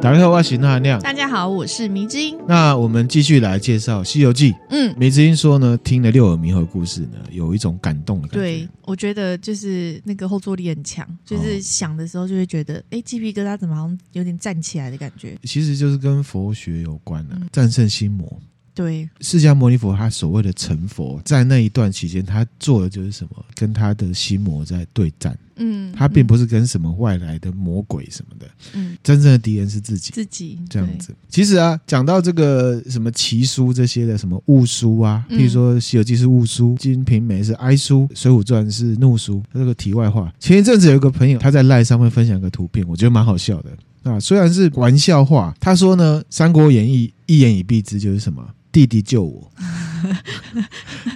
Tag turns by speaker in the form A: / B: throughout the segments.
A: 打开后，我是那亮。
B: 大家好，我是迷之音。
A: 那我们继续来介绍《西游记》。
B: 嗯，
A: 梅子英说呢，听了六耳猕猴的故事呢，有一种感动的感觉。
B: 对，我觉得就是那个后坐力很强，就是想的时候就会觉得，哎、鸡皮疙瘩怎么好像有点站起来的感觉。
A: 其实就是跟佛学有关的、
B: 嗯
A: 战胜心魔。
B: 对，
A: 释迦牟尼佛他所谓的成佛，在那一段期间，他做的就是什么？跟他的心魔在对战。
B: 嗯，
A: 他并不
B: 是
A: 是跟什么外来的魔鬼什么的，
B: 嗯
A: 真正的敌人是自己。
B: 自己
A: 这样，子，其实啊，讲到这个什么奇书这些的，什么物书啊，
B: 嗯
A: 譬如说《西游记》是物书，《金瓶梅》是哀书，《水浒传》是怒书。这个题外话，前一阵子有一个朋友他在赖上面分享一个图片，我觉得蛮好笑的。啊，虽然是玩笑话，他说呢，《三国演义》一言以蔽之就是什么？弟弟救我。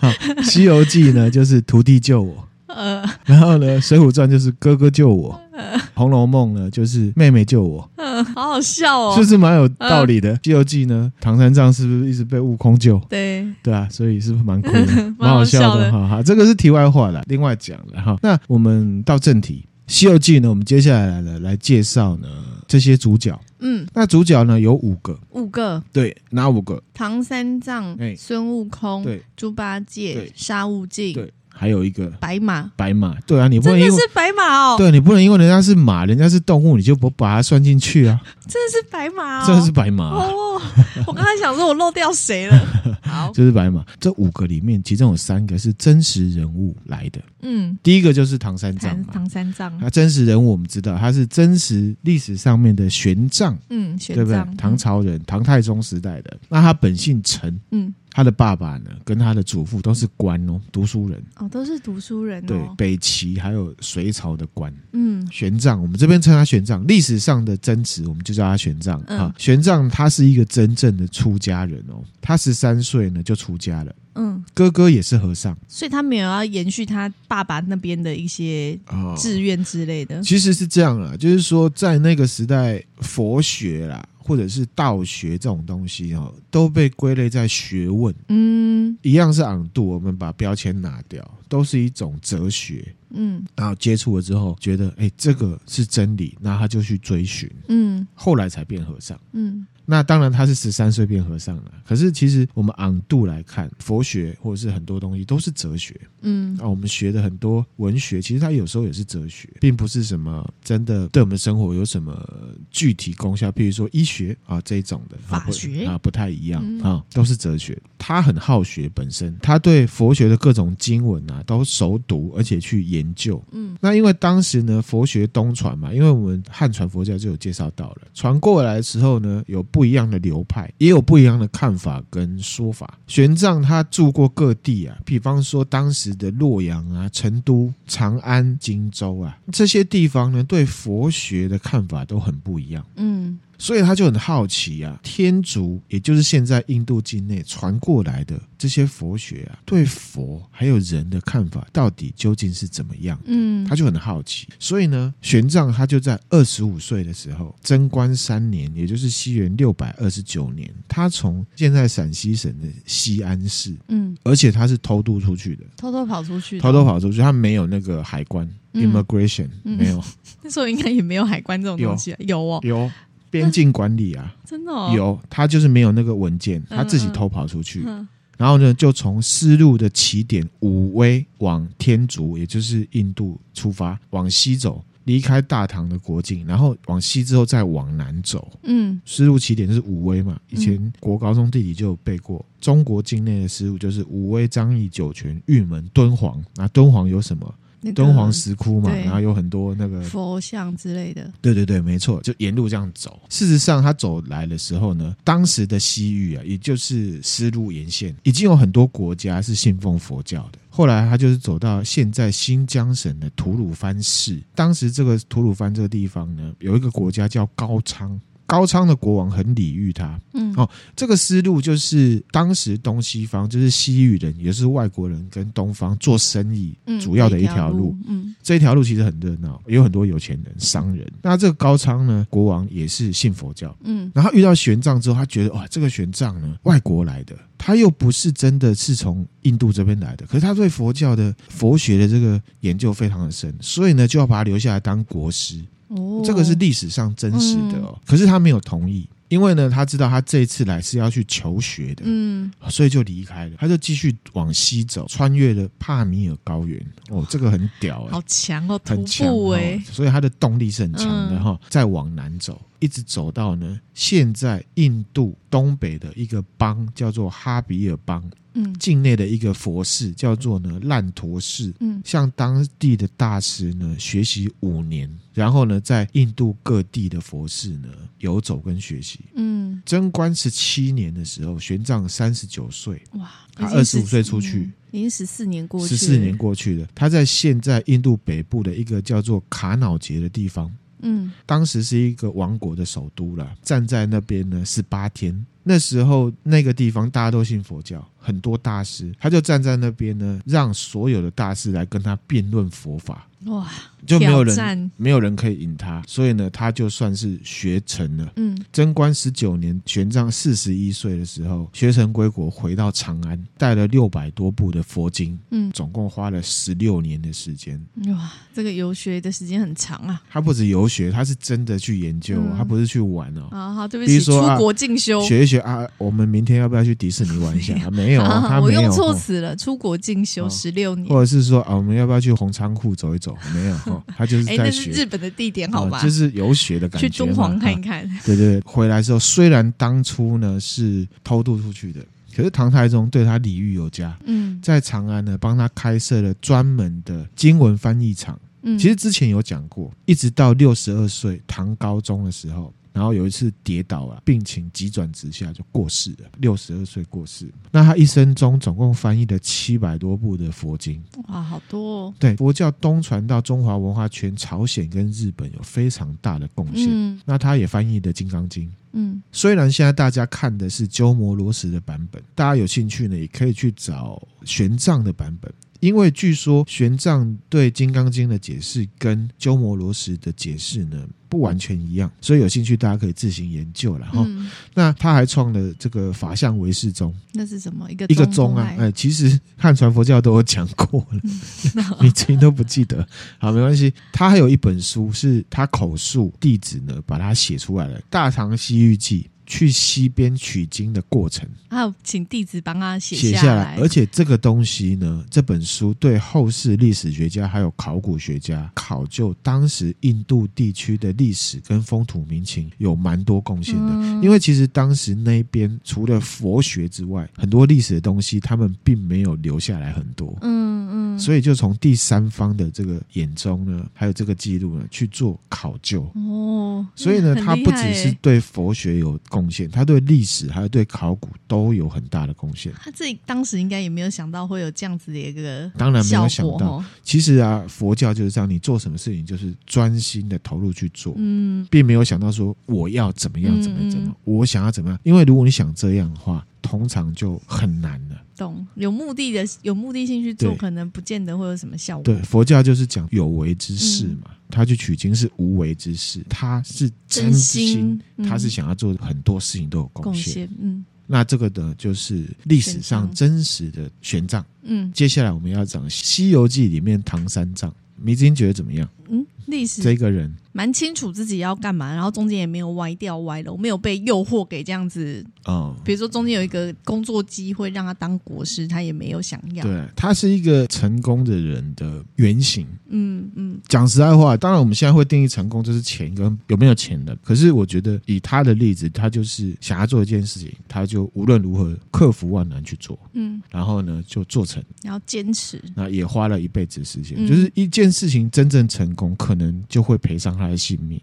A: 好，《西游记》呢就是徒弟救我，
B: 对呃，
A: 然后呢，《水浒传》就是哥哥救我，《红楼梦》呢就是妹妹救我。
B: 嗯 好好笑哦。嗯
A: 就是蛮有道理的。西游记》呢，唐三藏是不是一直被悟空救？
B: 对，，
A: 对啊，所以是不是蛮酷的蛮
B: 蛮
A: 好
B: 好笑的
A: 笑的哈哈。这个是题外话了，另外讲了哈。那我们到正题，《西游记》呢，我们接下来呢来介绍呢这些主角。
B: 嗯，
A: 那主角呢有五个，
B: 五个：
A: 对，哪五个？
B: 唐三藏、
A: 哎
B: 孙悟空、
A: 对
B: 猪八戒
A: 对、
B: 沙悟净、
A: 对，还有一个
B: 白马。
A: 白马。对啊，你不
B: 真
A: 能
B: 的
A: 因为
B: 是白马哦，
A: 对你不能因为人家是马，人家是动物，你就不把它算进去啊。
B: 真的是白马哦，
A: 这是白马啊、
B: 哦，我刚才想说我漏掉谁了。 好，
A: 这是白马。这五个里面，其中有三个是真实人物来的。
B: 嗯，
A: 第一个就是唐三藏
B: 唐
A: 嘛，
B: 唐三藏，
A: 他真实人物我们知道，他是真实历史上面的玄奘，
B: 嗯，玄
A: 对不对
B: 奘，？
A: 唐朝人，唐太宗时代的。那他本姓陈，
B: 嗯，
A: 他的爸爸呢，跟他的祖父都是官哦，读书人，
B: 哦，都是读书人
A: 对
B: 哦，，
A: 北齐还有隋朝的官。
B: 嗯
A: 玄奘，我们这边称他玄奘，历史上的真实我们就叫他玄奘、
B: 嗯
A: 啊。玄奘他是一个真正的出家人哦，他十三岁呢就出家了，
B: 嗯，
A: 哥哥也是和尚
B: 所以他没有要延续他爸爸那边的一些
C: 哦
A: 啊。
B: 志愿之类的，
A: 其实是这样啦，就是说在那个时代，佛学啦，或者是道学这种东西哦，都被归类在学问，
B: 嗯
A: 一样是昂度，我们把标签拿掉，都是一种哲学。
B: 嗯
A: 然后接触了之后，觉得哎、这个是真理，那他就去追寻，
B: 嗯
A: 后来才变和尚。
B: 嗯
A: 那当然，他是十三岁变和尚了。可是其实我们昂度来看，佛学或者是很多东西都是哲学。
B: 嗯
A: 啊，我们学的很多文学，其实它有时候也是哲学，并不是什么真的对我们生活有什么具体功效，譬如说医学啊这一种的
B: 法
A: 啊不
B: 学
A: 啊不太一样
B: 嗯
A: 啊，都是哲学。他很好学本身，他对佛学的各种经文啊都熟读，而且去研究。
B: 嗯
A: 那因为当时呢，佛学东传嘛，因为我们汉传佛教就有介绍到了，传过来的时候呢，有不一样的流派，也有不一样的看法跟说法。玄奘他住过各地啊，比方说当时的洛阳啊、成都、长安、荆州啊这些地方呢，对佛学的看法都很不一样。
B: 嗯
A: 所以他就很好奇啊，天竺也就是现在印度境内传过来的这些佛学啊，对佛还有人的看法到底究竟是怎么样？
B: 嗯
A: 他就很好奇，所以呢，玄奘他就在二十五岁的时候，贞观三年，也就是西元六百二十九年，他从现在陕西省的西安市，
B: 嗯，
A: 而且他是偷渡出去的，
B: 偷偷跑出去，
A: 偷偷，跑出去，他没有那个海关、
B: 嗯
A: immigration，
B: 嗯
A: 没有
B: 那时候应该也没有海关这种
A: 有
B: 东西啊，有哦，
A: 有边境管理啊，
B: 真的哦，，
A: 有他就是没有那个文件，他自己
B: 嗯嗯
A: 偷跑出去，
B: 嗯
A: 然后呢，就从丝路的起点武威往天竺，也就是印度出发，往西走，离开大唐的国境，然后往西之后再往南走。
B: 嗯
A: 丝路起点就是武威嘛，以前国高中地理就有背过。中国境内的丝路就是武威、张掖、酒泉、玉门、敦煌。那敦煌有什么？
B: 那个
A: 敦煌石窟嘛，
B: 对
A: 然后有很多那个
B: 佛像之类的，
A: 对对对，没错，就沿路这样走。事实上，他走来的时候呢，当时的西域啊，也就是丝路沿线，已经有很多国家是信奉佛教的。后来他就是走到现在新疆省的吐鲁番市，当时这个吐鲁番这个地方呢，有一个国家叫高昌。高昌的国王很礼遇他，
B: 嗯
A: 哦这个丝路就是当时东西方，就是西域人，也就是外国人跟东方做生意
B: 嗯
A: 主要的一条
B: 条
A: 路。，
B: 嗯
A: 这一条路其实很热闹，有很多有钱人、商人。那这个高昌呢，国王也是信佛教。
B: 嗯
A: 然后遇到玄奘之后，他觉得哇，这个玄奘呢，外国来的，他又不是真的是从印度这边来的，可是他对佛教的佛学的这个研究非常的深，所以呢，就要把他留下来当国师。
C: 哦嗯
A: 这个是历史上真实的哦。可是他没有同意，因为呢，他知道他这一次来是要去求学的，
C: 嗯，
A: 所以就离开了。他就继续往西走，穿越了帕米尔高原。哦，这个很屌哎、
C: 好强哦，徒
A: 很强、
C: 步
A: 哦
B: 欸
C: 哎，，
A: 所以它的动力是很强的
C: 嗯
A: 哈、再往南走，一直走到呢，现在印度东北的一个邦叫做哈比尔邦，
C: 嗯
A: 境内的一个佛寺叫做呢烂陀寺，
C: 嗯
A: 向当地的大师呢学习五年，然后呢在印度各地的佛寺呢游走跟学习。
C: 嗯，
A: 贞观十七年的时候，玄奘三十九岁，
C: 哇，
A: 他
C: 已
A: 25
C: 经14
A: 岁出去
C: 嗯已经十四年过去
A: 十
C: 了，
A: 四年过去了。他在现在印度北部的一个叫做卡瑙杰的地方，
C: 嗯
A: 当时是一个王国的首都了。站在那边呢十八天，那时候那个地方大家都信佛教，很多大师，他就站在那边呢，让所有的大师来跟他辩论佛法，
C: 哇，
A: 就没有
C: 挑
A: 人
C: 战
A: 没有人可以赢他，所以呢，他就算是学成了。
C: 嗯
A: 贞观十九年，玄奘四十一岁的时候，学成归国，回到长安，带了六百多部的佛经，
C: 嗯，
A: 总共花了十六年的时间。
C: 哇，这个游学的时间很长啊。
A: 他不止游学，他是真的去研究哦，
C: 嗯
A: 他不是去玩哦。
C: 啊，好，对不
A: 比
C: 起，
A: 如说
C: 出
A: 啊
C: 国进修
A: 学一学啊，我们明天要不要去迪士尼玩 一下？啊、没有啊，他
C: 我
A: 没有
C: 用
A: 哦。
C: 错词了，出国进修
A: 哦
C: 十六年，
A: 或者是说啊，我们要不要去红仓库走一走？没有 哦，他就是
C: 哎，
A: 在
C: 那是
A: 学，
C: 日本的地点，好
A: 哦
C: 吧？
A: 就是游学的感觉
C: 去
A: 嘛。
C: 敦煌看一
A: 啊
C: 看，
A: 对对，回来之后虽然当初呢是偷渡出去的，可是唐太宗对他礼遇有加，
C: 嗯
A: 在长安呢帮他开设了专门的经文翻译厂。
C: 嗯，
A: 其实之前有讲过，一直到六十二岁唐高宗的时候，然后有一次跌倒啊，病情急转直下就过世了，六十二岁过世。那他一生中总共翻译了七百多部的佛经，
C: 哇，好多哦，
A: 对佛教东传到中华文化圈，朝鲜跟日本有非常大的贡献。
C: 嗯
A: 那他也翻译的《金刚经》。
C: 嗯
A: 虽然现在大家看的是鸠摩罗什的版本，大家有兴趣呢，也可以去找玄奘的版本，因为据说玄奘对《金刚经》的解释跟鸠摩罗什的解释呢不完全一样，所以有兴趣大家可以自行研究了哈。
C: 嗯，
A: 那他还创了这个法相唯识宗，
C: 那是什么？一个
A: 一个宗啊，
C: 来
A: 哎，其实汉传佛教都有讲过了， 你自己都不记得，好，没关系。他还有一本书是他口述弟子呢把它写出来了，《大唐西域记》。去西边取经的过程
C: 啊，请弟子帮他写
A: 写
C: 下
A: 下来，而且这个东西呢，这本书对后世历史学家还有考古学家考究当时印度地区的历史跟风土民情有蛮多贡献的。
C: 嗯
A: 因为其实当时那边除了佛学之外，很多历史的东西他们并没有留下来很多，
C: 嗯嗯，
A: 所以就从第三方的这个眼中呢，还有这个记录呢去做考究。
C: 哦，
A: 所以呢，
C: 很
A: 他
C: 厉
A: 不
C: 害
A: 只是
C: 欸
A: 对佛学有贡献，他对历史还有对考古都有很大的贡献。
C: 他自己当时应该也没有想到会有这样子的一个
A: 当然没有
C: 效
A: 想
C: 果
A: 到，
C: 哦，
A: 其实啊，佛教就是这样，你做什么事情就是专心的投入去做，
C: 嗯
A: 并没有想到说我要怎么样怎么样怎么样，我想要怎么样。因为如果你想这样的话，通常就很难了。
C: 懂，有目的的有目的性去做，
A: 对
C: 可能不见得会有什么效果。
A: 对，佛教就是讲有为之事
C: 嗯
A: 嘛，他去取经是无为之事，他是真
C: 真
A: 心
C: 心，嗯
A: 他是想要做很多事情都有贡
C: 贡
A: 献。
C: 献，嗯
A: 那这个呢，就是历史上
C: 玄奘
A: 真实的玄奘。
C: 嗯
A: 接下来我们要讲《西游记》里面唐三藏，迷津觉得怎么样？
C: 嗯，历史
A: 这个人
C: 蛮清楚自己要干嘛，然后中间也没有歪掉歪了，我没有被诱惑给这样子。
A: 啊。嗯
C: 比如说中间有一个工作机会让他当国师，他也没有想要。
A: 对，他是一个成功的人的原型。
C: 嗯嗯
A: 讲实在话，当然我们现在会定义成功就是钱跟有没有钱的。可是我觉得以他的例子，他就是想要做一件事情，他就无论如何克服万难去做，
C: 嗯，
A: 然后呢就做成，
C: 然后坚持。
A: 那也花了一辈子的时间。
C: 嗯
A: 就是一件事情真正成功，可能就会赔上他的性命，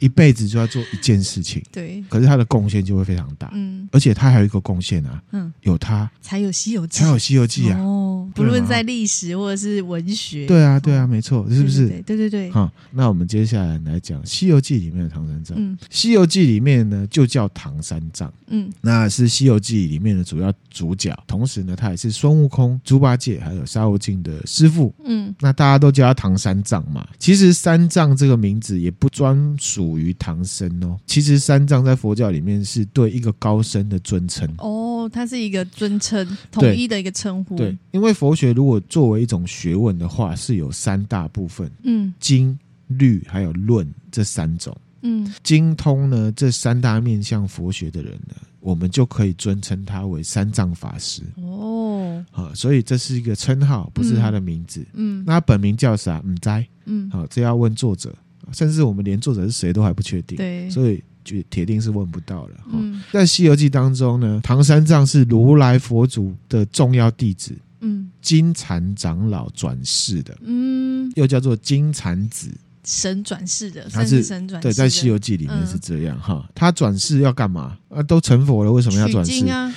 A: 一辈子就要做一件事情，
C: 对，
A: 可是他的贡献就会非常大。
C: 嗯
A: 而且他还有一个贡献啊，
C: 嗯，
A: 有他
C: 才有《西游记
A: 才》有《西游记》啊。
C: 哦，不
A: 对
C: 论
A: 吗
C: 在历史或者是文学，
A: 对啊，对啊，没错，是不是？
C: 哦对对对对，对
A: 好，那我们接下来来讲《西游记》里面的唐三藏。
C: 嗯
A: 西游记》里面呢，就叫唐三藏，
C: 嗯
A: 那是《西游记》里面的主要主角，同时呢，他也是孙悟空、猪八戒还有沙悟净的师傅。
C: 嗯
A: 那大家都叫他唐三藏嘛。其实“三藏”这个名字也不专属于唐僧哦。其实“三藏”在佛教里面是对一个高僧的尊称。
C: 哦，它是一个尊称，统一的一个称呼。
A: 对，，因为佛学如果作为一种学问的话，是有三大部分：
C: 嗯
A: 经、律还有论这三种。
B: 嗯
A: 精通呢这三大面向佛学的人呢，我们就可以尊称他为三藏法师
B: 哦
A: 啊、所以这是一个称号，不是他的名字。
B: 嗯
A: 那他本名叫啥？嗯，斋
B: 嗯
A: 好，这要问作者，甚至我们连作者是谁都还不确定，
B: 对
A: 所以就铁定是问不到了。哈
B: 嗯
A: 在《西游记》当中呢，唐三藏是如来佛祖的重要弟子，
B: 嗯
A: 金蝉长老转世的，
B: 嗯，
A: 又叫做金蝉子。
B: 神转世的，
A: 他
B: 算
A: 是
B: 是神转世
A: 对，
B: 的，嗯
A: 在《西游记》里面是这样哈。他转世要干嘛？啊，都成佛了，为什么要
B: 取
A: 转世
B: 经？啊，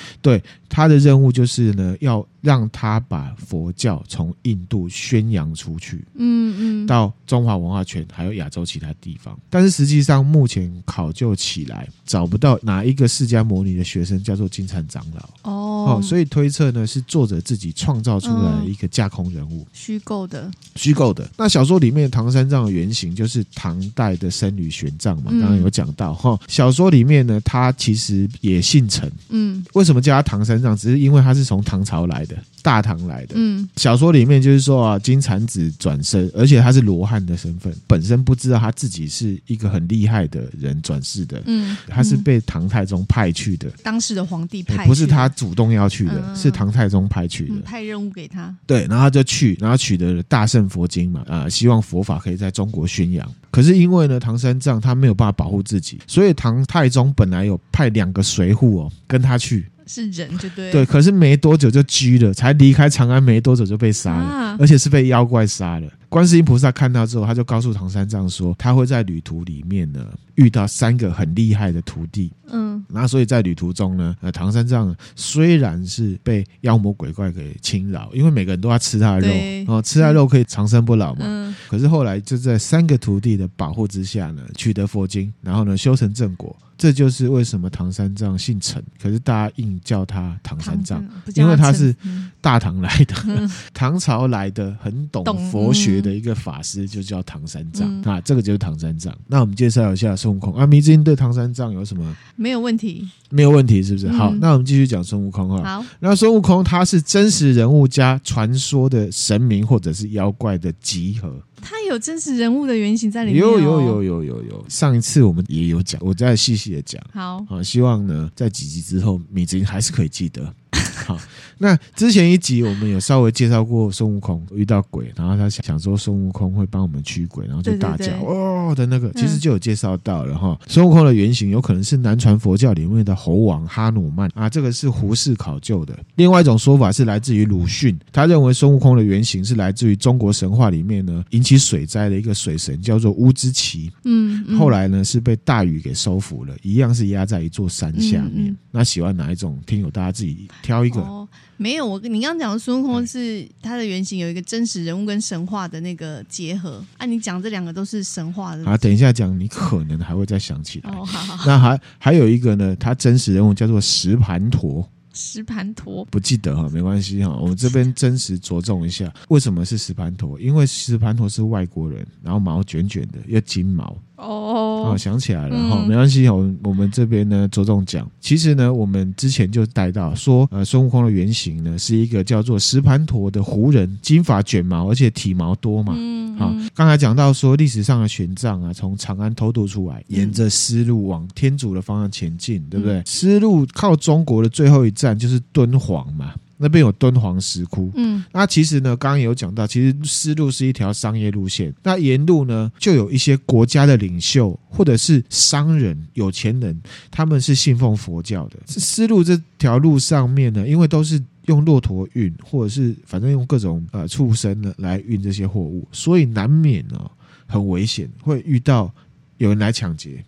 A: 他的任务就是呢，要让他把佛教从印度宣扬出去。
B: 嗯嗯，
A: 到中华文化圈，还有亚洲其他地方。但是实际上，目前考究起来，找不到哪一个释迦牟尼的学生叫做金蝉长老
B: 哦
A: 哦，所以推测呢是作者自己创造出来的一个架空人物，
B: 虚构的，
A: 虚构的。那小说里面唐三藏的原型就是唐代的僧侣玄奘嘛，
B: 嗯
A: 刚刚有讲到哈、小说里面呢，他其实也姓陈，
B: 嗯
A: 为什么叫他唐三藏？只是因为他是从唐朝来的，大唐来的。
B: 嗯
A: 小说里面就是说啊，金蝉子转身，而且他是罗汉的身份，本身不知道他自己是一个很厉害的人转世的，
B: 嗯，
A: 他是
B: 嗯
A: 被唐太宗派去的，
B: 当时的皇帝
A: 诶
B: 派去的，
A: 不是他主动要去的，
B: 嗯
A: 是唐太宗派去的。
B: 嗯派任务给他，
A: 对，然后他就去，然后取得了大圣佛经嘛，啊、希望佛法可以在中国宣扬。可是因为呢，唐三藏他没有办法保护自己，所以唐太宗本来有派两个随护哦跟他去，
B: 是人就对了，
A: 对，可是没多久就拘了，才离开长安没多久就被杀了。
B: 啊，
A: 而且是被妖怪杀了。观世音菩萨看到之后，他就告诉唐三藏说，他会在旅途里面呢遇到三个很厉害的徒弟。
B: 嗯
A: 那所以在旅途中呢，呃，唐三藏虽然是被妖魔鬼怪给侵扰，因为每个人都要吃他的
B: 对
A: 肉，哦，吃他的肉可以长生不老嘛。
B: 嗯
A: 可是后来就在三个徒弟的保护之下呢，取得佛经，然后呢修成正果。这就是为什么唐三藏姓陈，可是大家硬叫他唐三藏。，
B: 不叫
A: 因为他
B: 陈
A: 是
B: 嗯
A: 大唐来的， 唐朝来的很懂
B: 懂
A: 佛学的一个法师，就叫唐三藏、
B: 嗯
A: 啊，这个就是唐三藏。那我们介绍一下孙悟空啊，迷之音对唐三藏有什么
B: 没有问题，
A: 没有问题？是不是？
B: 嗯
A: 好，那我们继续讲孙悟空啊。
B: 好，
A: 那孙悟空他是真实人物加传说的神明或者是妖怪的集合，
B: 他有真实人物的原型在里面，哦
A: 有有有
B: 有，
A: 有有有。上一次我们也有讲，我再细细的讲。
B: 好，
A: 好，希望呢，在几集之后，米子英还是可以记得。 好，那之前一集我们有稍微介绍过孙悟空遇到鬼，然后他想想说孙悟空会帮我们驱鬼，然后就
B: 对对
A: 大
B: 对
A: 叫哦的那个，其实
B: 嗯
A: 就有介绍到了哈。孙、悟空的原型有可能是南传佛教里面的猴王哈努曼啊，这个是胡适考究的。另外一种说法是来自于鲁迅，他认为孙悟空的原型是来自于中国神话里面呢引起水灾的一个水神，叫做乌之奇。
B: 嗯，嗯
A: 后来呢是被大禹给收服了，一样是压在一座山下
B: 嗯
A: 面。
B: 嗯
A: 那喜欢哪一种？听友大家自己挑一个。
B: 哦，没有，我跟你刚刚讲的孙悟空是他的原型有一个真实人物跟神话的那个结合啊，你讲这两个都是神话的
A: 啊，等一下讲，你可能还会再想起来。
B: 哦，好好好，
A: 那还还有一个呢，他真实人物叫做石盘陀，
B: 石盘陀，
A: 不记得哈，没关系哈，我们这边真实着重一下，为什么是石盘陀？因为石盘陀是外国人，然后毛卷卷的，又金毛，哦，
B: 哦，
A: 想起来了哈、
B: 嗯
A: 没关系，我们我们这边呢着重讲。其实呢，我们之前就带到说，呃，孙悟空的原型呢是一个叫做石盘陀的胡人，金发卷毛，而且体毛多嘛。
B: 嗯，
A: 好
B: 嗯，
A: 刚才讲到说历史上的玄奘啊，从长安偷渡出来，
B: 嗯
A: 沿着丝路往天竺的方向前进，对不对？丝路靠中国的最后一站就是敦煌嘛，那边有敦煌石窟。
B: 嗯
A: 那其实呢，刚刚有讲到，其实丝路是一条商业路线。那沿路呢，就有一些国家的领袖或者是商人、有钱人，他们是信奉佛教的。丝路这条路上面呢，因为都是用骆驼运，或者是反正用各种呃畜生呢来运这些货物，所以难免哦很危险，会遇到有人来抢劫。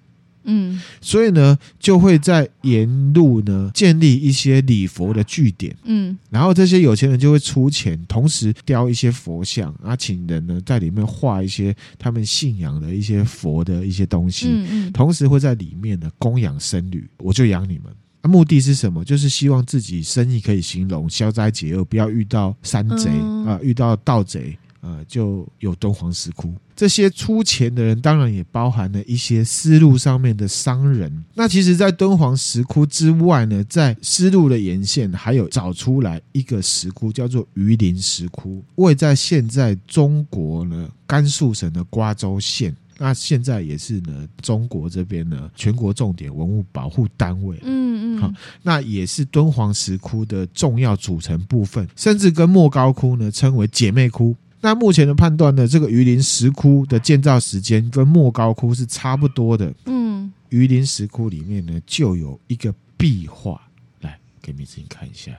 B: 嗯，
A: 所以呢，就会在沿路呢建立一些礼佛的据点。
B: 嗯，
A: 然后这些有钱人就会出钱，同时雕一些佛像，啊，请人呢在里面画一些他们信仰的一些佛的一些东西，
B: 嗯嗯，
A: 同时会在里面呢供养僧侣，我就养你们。啊目的是什么？就是希望自己生意可以兴隆，消灾解厄，不要遇到山贼啊、
B: 嗯
A: 遇到盗贼啊、呃就有敦煌石窟。这些出钱的人当然也包含了一些丝路上面的商人。那其实，在敦煌石窟之外呢，在丝路的沿线还有找出来一个石窟，叫做榆林石窟，位在现在中国呢甘肃省的瓜州县。那现在也是呢，中国这边呢全国重点文物保护单位。
B: 嗯嗯，
A: 好那也是敦煌石窟的重要组成部分，甚至跟莫高窟呢称为姐妹窟。那目前的判断呢，这个榆林石窟的建造时间跟莫高窟是差不多的。
B: 嗯，
A: 榆林石窟里面呢，就有一个壁画，来给米子你看一下，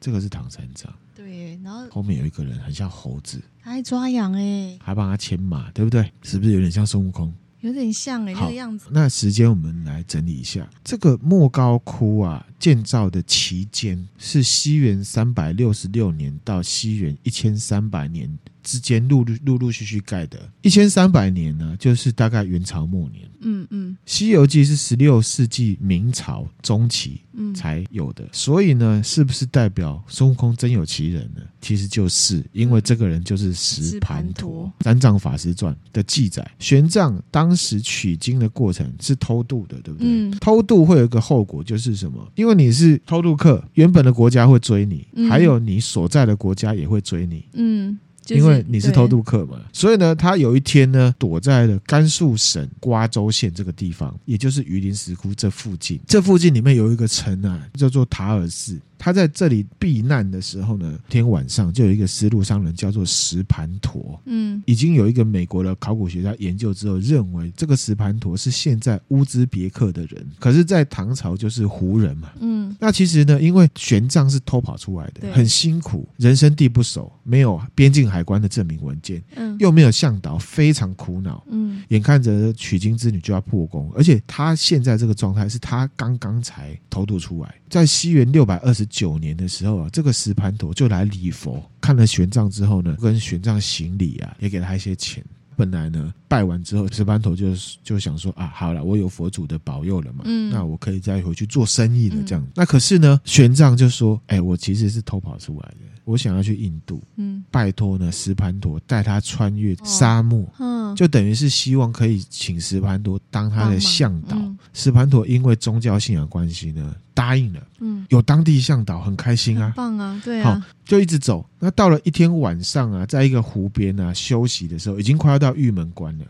A: 这个是唐三藏，
B: 对耶，然后
A: 后面有一个人很像猴子，
B: 他还抓羊哎，
A: 还帮他牵马，对不对？是不是有点像孙悟空？
B: 有点像哎，
A: 好
B: 那个样子，
A: 那时间我们来整理一下，这个莫高窟啊，建造的期间是西元三百六十六年到西元一千三百年之间陆陆陆陆续续盖的。一千三百年呢，就是大概元朝末年，《
B: 嗯嗯
A: 西游记》是十六世纪明朝中期
B: 嗯，
A: 才有的，所以呢，是不是代表孙悟空真有其人呢？其实就是因为这个人就是石盘
B: 石盘
A: 陀
B: 陀
A: 《三藏法师传》的记载，玄奘当时取经的过程是偷渡的，对不对？
B: 嗯
A: 偷渡会有一个后果，就是什么？因为你是偷渡客，原本的国家会追你，
B: 嗯
A: 还有你所在的国家也会追你。
B: 嗯，就
A: 因为你是
B: 对
A: 偷渡客嘛，所以呢，他有一天呢，躲在了甘肃省瓜州县这个地方，也就是榆林石窟这附近。这附近里面有一个城啊，叫做塔尔寺。他在这里避难的时候呢，天晚上就有一个丝路商人叫做石盘陀。
B: 嗯
A: 已经有一个美国的考古学家研究之后，认为这个石盘陀是现在乌兹别克的人，可是，在唐朝就是胡人嘛，
B: 嗯
A: 那其实呢，因为玄奘是偷跑出来的，
B: 对
A: 很辛苦，人生地不熟，没有边境海关的证明文件，
B: 嗯
A: 又没有向导，非常苦恼。
B: 嗯
A: 眼看着取经之旅就要破功，而且他现在这个状态是他刚刚才偷渡出来，在西元六百二十九年的时候啊，这个石盘陀就来礼佛，看了玄奘之后呢，跟玄奘行礼啊，也给他一些钱。本来呢，拜完之后，石盘陀就就想说啊，好了，我有佛祖的保佑了嘛，
B: 嗯
A: 那我可以再回去做生意了，
B: 嗯
A: 这样。那可是呢，玄奘就说，哎、我其实是偷跑出来的，我想要去印度，
B: 嗯
A: 拜托呢，石盘陀带他穿越
B: 哦
A: 沙漠，
B: 嗯，
A: 就等于是希望可以请石盘陀当他的向导
B: 帮忙嗯。
A: 石盘陀因为宗教信仰关系呢，答应了，
B: 嗯，
A: 有当地向导很开心
B: 很
A: 啊。
B: 棒啊，对
A: 好
B: 啊，，
A: 就一直走。那到了一天晚上啊，在一个湖边啊休息的时候，已经快要到玉门关了。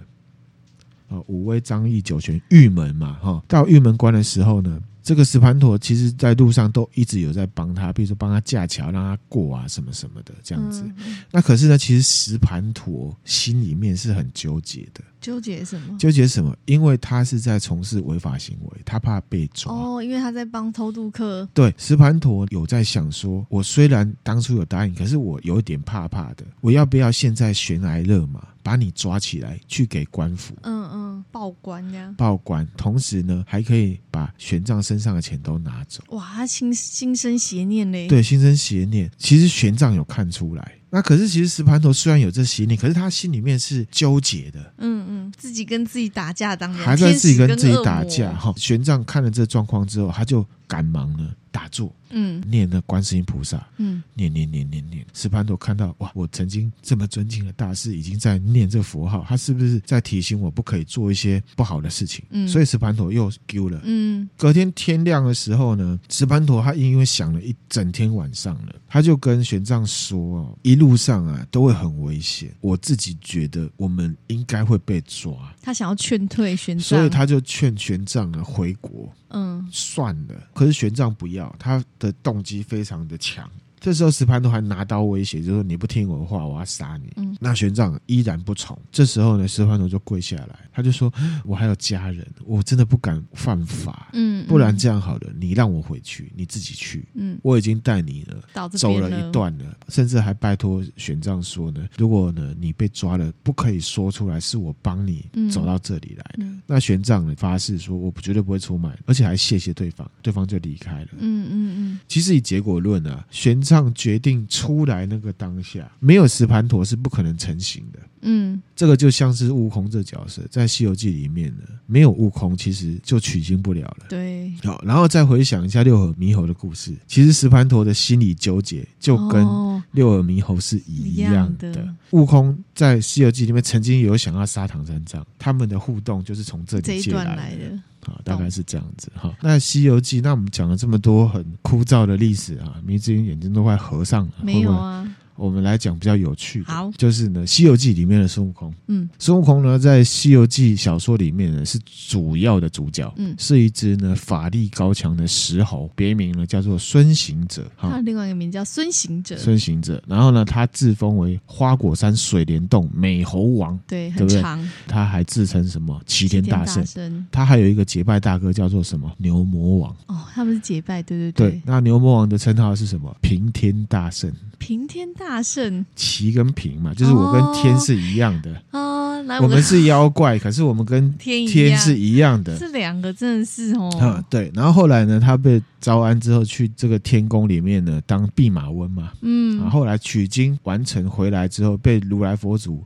A: 哦，武威、张掖、酒泉、玉门嘛，哈、到玉门关的时候呢，这个石盘陀其实在路上都一直有在帮他，比如说帮他架桥，让他过啊，什么什么的这样子。
B: 嗯，嗯
A: 那可是呢，其实石盘陀心里面是很纠结的。
B: 纠结什么？
A: 纠结什么？因为他是在从事违法行为，他怕被抓。
B: 哦，因为他在帮偷渡客，
A: 对，石盘陀有在想说，我虽然当初有答应，可是我有一点怕怕的，我要不要现在悬崖勒马，把你抓起来去给官府
B: 嗯嗯，报官这样。
A: 报官，同时呢还可以把玄奘身上的钱都拿走。
B: 哇，他心心生邪念嘞。，
A: 对，心生邪念，其实玄奘有看出来。那可是其实石盘陀虽然有这邪念，可是他心里面是纠结的。
B: 嗯嗯，自己跟自己打架当然，
A: 还在自己跟自
B: 嗯
A: 己
B: 天使
A: 打
B: 恶魔
A: 架。哈。玄奘看了这状况之后，他就赶忙呢打坐，
B: 嗯
A: 念那观世音菩萨，
B: 嗯
A: 念念念念念。石盘陀看到哇，我曾经这么尊敬的大师已经在念这佛号，他是不是在提醒我不可以做一些不好的事情？
B: 嗯
A: 所以石盘陀又丢了。
B: 嗯
A: 隔天天亮的时候呢，石盘陀他因为想了一整天晚上了，他就跟玄奘说：“哦，一路上啊都会很危险，我自己觉得我们应该会被抓。”
B: 他想要劝退玄奘，
A: 所以他就劝玄奘呢回国
B: 嗯
A: 算了。可是玄奘不要，他的动机非常的强。这时候石盘陀还拿刀威胁，就说你不听我的话，我要杀你。
B: 嗯
A: 那玄奘依然不从。这时候呢，石盘陀就跪下来，他就说：“我还有家人，我真的不敢犯法。
B: 嗯，
A: 不然这样好了，你让我回去，你自己去。
B: 嗯
A: 我已经带你了，
B: 到这
A: 走
B: 边
A: 了一段了，甚至还拜托玄奘说呢，如果呢你被抓了，不可以说出来是我帮你
B: 嗯
A: 走到这里来的。
B: 嗯
A: 那玄奘呢发誓说，我绝对不会出卖，而且还谢谢对方，对方就离开了。
B: 嗯嗯
A: 其实以结果论啊，玄上决定出来那个当下，没有石盘陀是不可能成型的。
C: 嗯
A: 这个就像是悟空这角色，在《西游记》里面呢，没有悟空，其实就取经不了了。
B: 对，
A: 好，然后再回想一下六耳猕猴的故事，其实石盘陀的心理纠结就跟
C: 哦
A: 六耳猕猴是一样
B: 一
A: 的。
B: 样的
A: 悟空在《西游记》里面曾经有想要杀唐三藏，他们的互动就是从这
B: 这
A: 里
B: 一
A: 借
B: 段
A: 来
B: 来的。
A: 好，啊大概是这样子哈。那《西游记》，那我们讲了这么多很枯燥的历史啊，迷之音眼睛都快合上了。
C: 没有
A: 会不会
C: 啊，
A: 我们来讲比较有趣的，
B: 好
A: 就是呢，《西游记》里面的孙悟空。
C: 嗯
A: 孙悟空呢，在《西游记》小说里面呢是主要的主角，
C: 嗯，
A: 是一只呢法力高强的石猴，别名呢叫做孙行者。哈
C: 他有另外一个名叫孙行者，
A: 孙行者，然后呢，他自封为花果山水帘洞美猴王，对
C: 对，很
A: 不对
C: 长，
A: 他还自称什么齐天大圣，
C: 圣
A: 他还有一个结拜大哥叫做什么牛魔王。
C: 哦，他们是结拜，对对
A: 对，，那牛魔王的称号是什么？平天大圣，
C: 平天大圣
A: 齐跟平嘛，就是我跟天是一样的，
C: 哦啊，来
A: 我
C: 们
A: 们是妖怪，可是我们跟
C: 天一
A: 天
C: 样
A: 是一样的。
C: 这两个真的是
A: 啊
C: 哦，，
A: 对，然后后来呢，他被招安之后，去这个天宫里面呢当弼马温嘛，
C: 嗯
A: 然后后来取经完成回来之后，被如来佛祖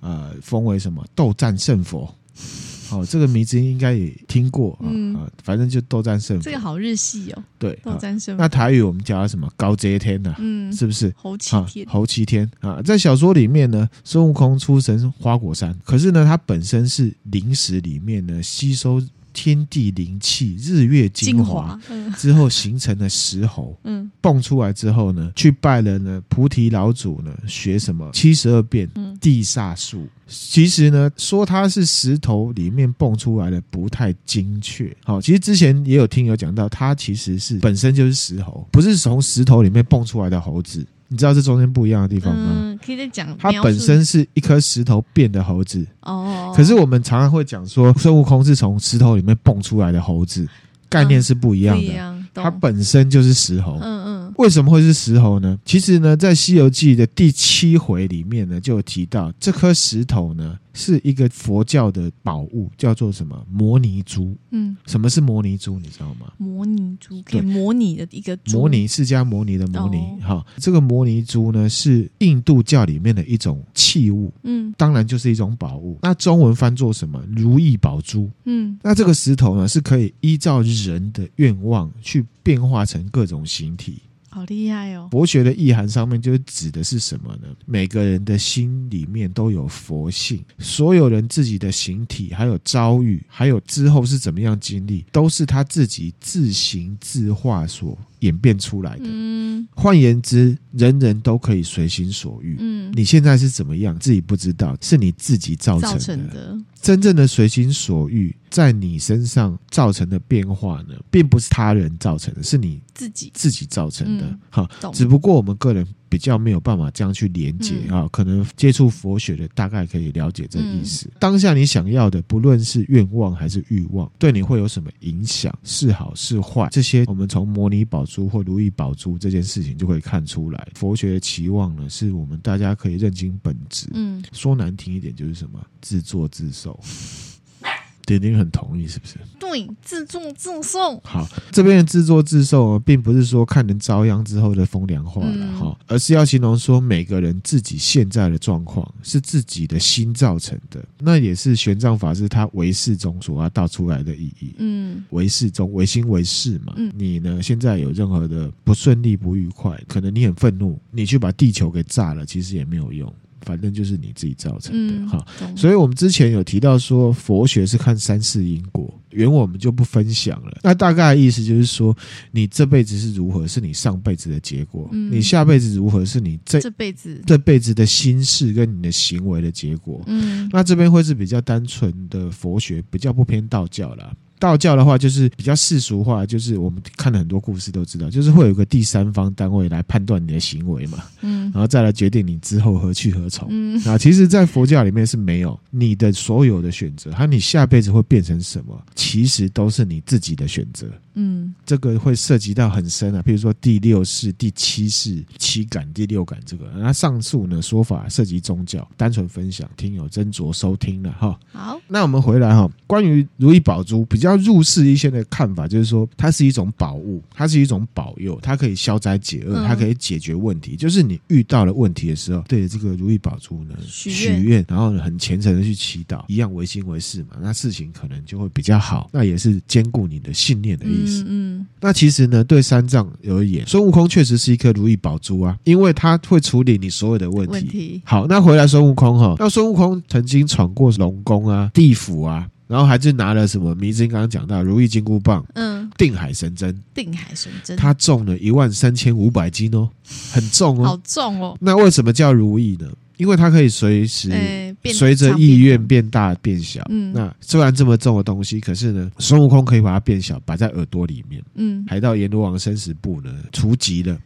A: 呃封为什么斗战胜佛。哦，这个名字应该也听过啊、
C: 嗯
A: 啊反正就斗战胜佛。
C: 这个好日系哦，
A: 对、
C: 斗
A: 啊
C: 战胜佛
A: 那，台语我们叫它什么高阶天呐、
C: 嗯，
A: 是不是？
C: 侯启
A: 啊
C: 天，，
A: 猴齐天啊，在小说里面呢，孙悟空出身花果山，可是呢，他本身是灵石里面呢吸收天地灵气、日月精
C: 精
A: 华
C: 华，嗯
A: 之后形成的石猴。
C: 嗯
A: 蹦出来之后呢，去拜了呢菩提老祖呢，学什么七十二变
C: 嗯
A: 地煞术。其实呢，说它是石头里面蹦出来的不太精确。好、其实之前也有听友讲到，它其实是本身就是石猴，不是从石头里面蹦出来的猴子。你知道这中间不一样的地方吗？
C: 嗯，可以再讲
A: 它
C: 描
A: 本
C: 述
A: 身是一颗石头变的猴子，
C: 哦，
A: 可是我们常常会讲说，孙悟空是从石头里面蹦出来的猴子，概念是不一
C: 不
A: 样
C: 一
A: 的。
C: 样，
A: 它
C: 哦懂
A: 本身就是石猴，
C: 嗯嗯
A: 为什么会是石猴呢？其实呢，在《西游记》的第七回里面呢，就有提到这颗石头呢是一个佛教的宝物，叫做什么摩尼珠。
C: 嗯，
A: 什么是摩尼珠？你知道吗？
C: 模拟猪可
A: 对
C: 以模拟的一个猪
A: 摩尼释迦摩尼的摩尼
C: 哦，
A: 哈、这个摩尼珠呢是印度教里面的一种器物，
C: 嗯
A: 当然就是一种宝物。那中文翻作什么？如意宝珠。
C: 嗯
A: 那这个石头呢是可以依照人的愿望去变化成各种形体。
C: 好厉害哦，
A: 佛学的意涵上面就是指的是什么呢？每个人的心里面都有佛性，所有人自己的形体、还有遭遇、还有之后是怎么样经历，都是他自己自行自化所演变出来的。
C: 嗯
A: 换言之，人人都可以随心所欲。
C: 嗯，
A: 你现在是怎么样，自己不知道，是你自己造成
C: 造
A: 的。
C: 成的
A: 真正的随心所欲，在你身上造成的变化呢，并不是他人造成的，是你
C: 自己
A: 自己造成的
C: 嗯。
A: 好、
C: 懂，
A: 只不过我们个人比较没有办法这样去连接
C: 嗯
A: 啊，可能接触佛学的大概可以了解这意思。当下你想要的，不论是愿望还是欲望，对你会有什么影响，是好是坏，这些我们从模拟宝珠或如意宝珠这件事情就可以看出来。佛学的期望呢，是我们大家可以认清本质。
C: 嗯，
A: 说难听一点，就是什么自作自受。 点点很同意，是不是？
C: 对，自重自送，
A: 好，这边的自作自受，并不是说看人遭殃之后的风凉话了
C: 嗯
A: 哈、而是要形容说每个人自己现在的状况是自己的心造成的，那也是玄奘法师他唯识中所要道出来的意义。
C: 嗯
A: 唯识中，唯心唯识嘛。
C: 嗯
A: 你呢，现在有任何的不顺利、不愉快，可能你很愤怒，你去把地球给炸了，其实也没有用，反正就是你自己造成的
C: 嗯，
A: 哈、
C: 懂，
A: 所以我们之前有提到说，佛学是看三世因果，原文我们就不分享了。那大概的意思就是说，你这辈子是如何，是你上辈子的结果；
C: 嗯
A: 你下辈子如何，是你这
C: 这辈子，
A: 这辈子的心事跟你的行为的结果。
C: 嗯
A: 那这边会是比较单纯的佛学，比较不偏道教啦。道教的话，就是比较世俗化，就是我们看了很多故事都知道，就是会有一个第三方单位来判断你的行为嘛，
C: 嗯
A: 然后再来决定你之后何去何从。
C: 嗯
A: 那其实，在佛教里面是没有你的所有的选择，和你下辈子会变成什么，其实都是你自己的选择。
C: 嗯
A: 这个会涉及到很深啊，比如说第六世、第七世、七感、第六感这个。那上述呢说法涉及宗教，单纯分享，听友斟酌收听了哈。
C: 好，
A: 那我们回来哈，关于如意宝珠比较较入世一些的看法，就是说它是一种宝物，它是一种保佑，它可以消灾解厄，
C: 嗯
A: 它可以解决问题。就是你遇到了问题的时候，对着这个如意宝珠呢
C: 许
A: 许
C: 愿
A: 愿，然后呢很虔诚的去祈祷，一样唯心唯事嘛，那事情可能就会比较好。那也是兼顾你的信念的意思。
C: 嗯
A: 那其实呢，对三藏而言，孙悟空确实是一颗如意宝珠啊，因为它会处理你所有的问
B: 嗯
A: 题。
B: 问题，
A: 好，那回来孙悟空哈，那孙悟空曾经闯过龙宫啊、地府啊，然后还是拿了什么迷津刚刚讲到如意金箍棒、
C: 嗯嗯，
A: 定海神针，
C: 定海神针，
A: 他中了一万三千五百斤哦，很重
C: 好
A: 哦。
C: 重哦，
A: 那为什么叫如意呢？因为它可以随时
C: 哎，变
A: 随着
C: 长
A: 意
C: 变
A: 愿
C: 长
A: 变大变小。
C: 嗯
A: 那虽然这么重的东西，可是呢，孙悟空可以把它变小，摆在耳朵里面。
C: 嗯，
A: 还到阎罗王生死簿呢，除籍了，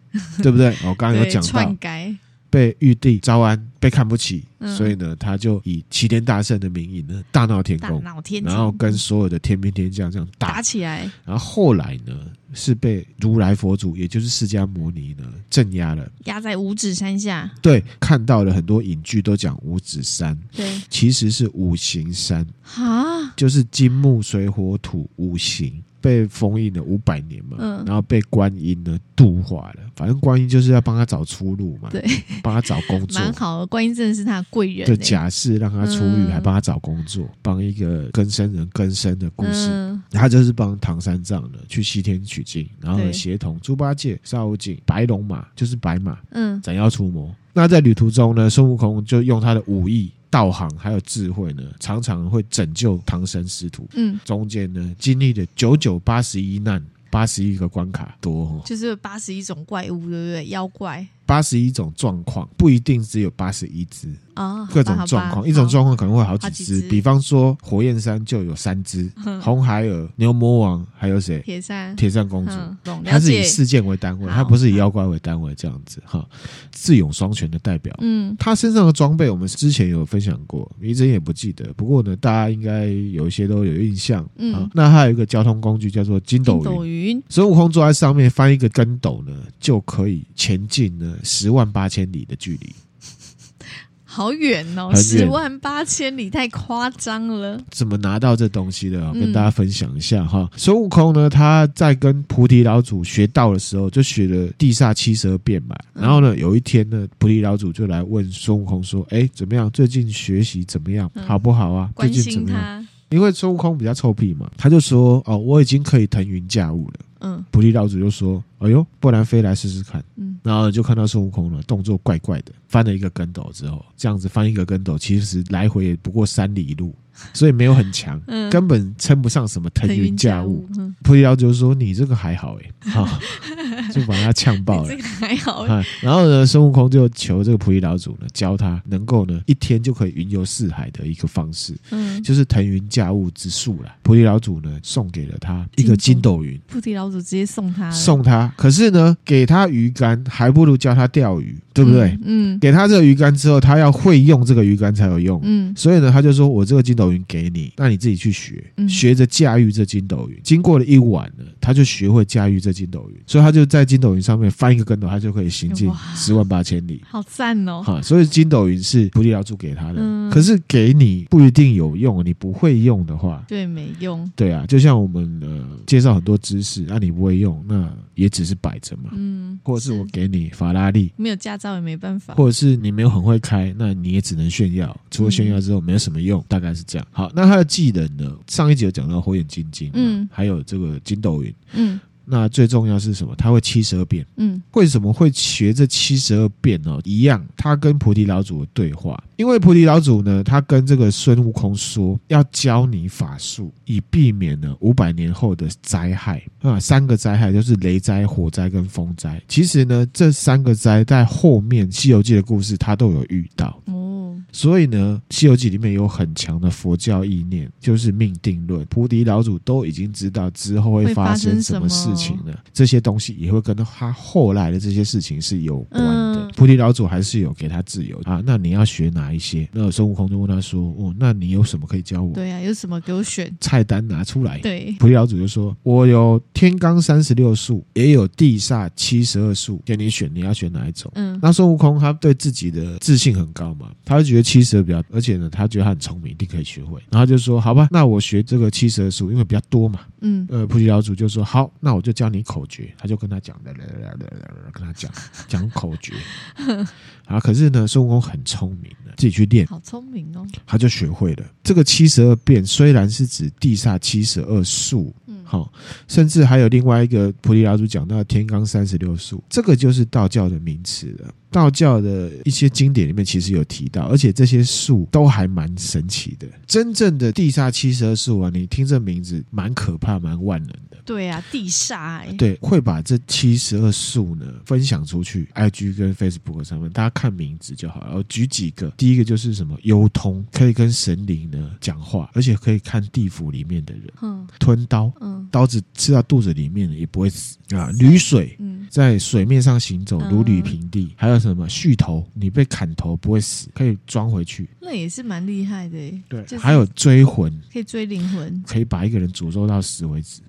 A: 对不对？我、刚刚有
C: 对
A: 讲到
C: 篡，改，
A: 被玉帝招安，被看不起，
C: 嗯
A: 所以呢，他就以齐天大圣的名义呢，大闹天
C: 大
A: 宫，
C: 闹天庭，
A: 然后跟所有的天兵天将这样打
C: 打。起来，
A: 然后后来呢，是被如来佛祖，也就是释迦牟尼呢镇压了。
C: 压在五指山下，
A: 对，看到了很多影剧都讲五指山，
C: 对，
A: 其实是五行山，
C: 哈，
A: 就是金木水火土五行。被封印了五百年嘛，
C: 嗯
A: 然后被观音呢度化了。反正观音就是要帮他找出路嘛，
C: 对，
A: 帮他找工作，
C: 蛮好的，观音真的是他的贵人
A: 就
C: 欸，
A: 假释让他出狱，
C: 嗯
A: 还帮他找工作，帮一个更生人更生的故事。
C: 嗯
A: 他就是帮唐三藏呢去西天取经，然后呢
C: 对
A: 协同猪八戒、沙悟净、白龙马，就是白马
C: 嗯
A: 斩妖除魔。那在旅途中呢，孙悟空就用他的武艺、道行还有智慧呢，常常会拯救唐僧师徒。
C: 嗯，
A: 中间呢，经历了九九八十一难，八十一个关卡多、哦，
C: 就是八十一种怪物，对不对？妖怪
A: 八十一种状况，不一定只有八十一只。
C: 啊，
A: 各种状况，一种状况可能会有好几
C: 好
A: 只
C: 几，只
A: 比方说火焰山就有三只，
C: 况
A: 红孩儿、牛魔王，还有谁？
C: 铁山，
A: 铁扇公主。
C: 嗯，懂，
A: 它
C: 了
A: 是以
C: 解，
A: 事件为单位，
C: 好
A: 它不是以妖怪为单位这样子哈，智勇双全的代表。
C: 嗯
A: 他身上的装备我们之前有分享过，迷真也不记得，不过呢，大家应该有一些都有印象。
C: 嗯
A: 啊，那还有一个交通工具叫做筋斗
C: 筋
A: 云
C: 斗，云，
A: 孙悟空坐在上面翻一个跟斗呢，就可以前进呢十万八千里的距离。
C: 好远哦，
A: 很
C: 十
A: 远
C: 万八千里，太夸张了。
A: 怎么拿到这东西的，
C: 嗯
A: 跟大家分享一下哈。孙悟空呢，他在跟菩提老祖学道的时候，就学了地煞七十二变嘛。
C: 嗯
A: 然后呢，有一天呢，菩提老祖就来问孙悟空说：“哎，怎么样？最近学习怎么样？
C: 嗯
A: 好不好啊？最
C: 关
A: 近怎
C: 心
A: 么样
C: 他，？”
A: 因为孙悟空比较臭屁嘛，他就说：“哦，我已经可以腾云驾雾了。”
C: 嗯
A: 菩提老祖就说：“哎呦，不然飞来试试看。”
C: 嗯，
A: 然后就看到孙悟空了，动作怪怪的，翻了一个跟斗之后，这样子翻一个跟斗，其实来回也不过三里路，所以没有很强，
C: 嗯
A: 根本称不上什么腾
C: 腾
A: 云
C: 云
A: 驾
C: 驾
A: 雾。，
C: 嗯，
A: 菩提老祖就说：“你这个还好哎、欸， 啊，就把他呛爆
C: 你
A: 了
C: 这。”个还好，
A: 啊，然后呢，孙悟空就求这个菩提老祖呢，教他能够呢一天就可以云游四海的一个方式，
C: 嗯，
A: 就是腾云驾雾之术啦。菩提老祖呢送给了他一个筋
C: 筋
A: 斗云，
C: 菩提老祖直接送他了，
A: 送他，可是呢，给他鱼竿还不如教他钓鱼，对不对？
C: 嗯？
A: 给他这个鱼竿之后，他要会用这个鱼竿才有用。
C: 嗯嗯
A: 所以呢，他就说我这个筋斗云给你，那你自己去学，
C: 嗯
A: 学着驾驭这筋斗云。经过了一晚呢，他就学会驾驭这筋斗云，所以他就在筋斗云上面翻一个跟头，他就可以行进
C: 哇
A: 十万八千里。
C: 好赞哦，
A: 哈，所以筋斗云是菩提老祖给他的，
C: 嗯
A: 可是给你不一定有用，你不会用的话，
C: 对，没用，
A: 对啊，就像我们呃介绍很多知识，那、你不会用，那也只是摆着嘛。
C: 嗯，
A: 或者是我给你法拉利，
C: 没有驾照也没办法，
A: 或者是你没有很会开，那你也只能炫耀。除了炫耀之后，没有什么用，大概是这样。好，那他的技能呢？上一集有讲到火眼金睛，嗯
C: 嗯，
A: 还有这个筋斗云。
C: 嗯
A: 那最重要是什么？他会七十二变。
C: 嗯
A: 为什么会学这七十二变呢？一样，他跟菩提老祖的对话，因为菩提老祖呢，他跟这个孙悟空说，要教你法术，以避免呢五百年后的灾害啊、三个灾害就是雷灾、火灾跟风灾。其实呢，这三个灾在后面《西游记》的故事，他都有遇到。
C: 哦，
A: 所以呢，《西游记》里面有很强的佛教意念，就是命定论。菩提老祖都已经知道之后会
C: 会
A: 发
C: 发生
A: 生什么事
C: 什么
A: 情了，这些东西也会跟他后来的这些事情是有关的。
C: 嗯
A: 菩提老祖还是有给他自由啊。那你要学哪一些？那孙悟空就问他说：“哦，那你有什么可以教我？
C: 对啊，有什么给我选？
A: 菜单拿出来。”
C: 对，
A: 菩提老祖就说：“我有天罡三十六术，也有地煞七十二术，给你选，你要选哪一种？”
C: 嗯
A: 那孙悟空他对自己的自信很高嘛，他就觉觉得七蛇比较，而且呢，他觉得他很聪明，一定可以学会。然后他就说：“好吧，那我学这个七蛇术，因为比较多嘛。”
C: 嗯，
A: 呃，菩提老祖就说：“好，那我就教你口诀。”他就跟他讲，来来来来来来跟他讲讲口诀。 啊，可是呢，孙悟空很聪明的，自己去练，
C: 好聪明哦。
A: 他就学会了。这个七十二变虽然是指地煞七十二术，
C: 嗯，
A: 好、甚至还有另外一个菩提老祖讲到的天罡三十六术，这个就是道教的名词了。道教的一些经典里面其实有提到，而且这些术都还蛮神奇的。真正的地煞七十二术啊，你听这名字蛮可怕、蛮万能的。
C: 对啊，地煞哎、
A: 对，会把这七十二术呢分享出去，IG 跟 Facebook 上面，大家看名字就好了。我举几个，第一个就是什么幽通，可以跟神灵呢讲话，而且可以看地府里面的人，
C: 嗯
A: 吞刀，
C: 嗯
A: 刀子吃到肚子里面也不会死啊。吕水
C: 嗯，
A: 在水面上行走，如履
C: 嗯
A: 平地。还有什么续头，你被砍头不会死，可以装回去。
C: 那也是蛮厉害的、欸，
A: 对，
C: 就是
A: 还有追魂，
C: 可以追灵魂，
A: 可以把一个人诅咒到死为止。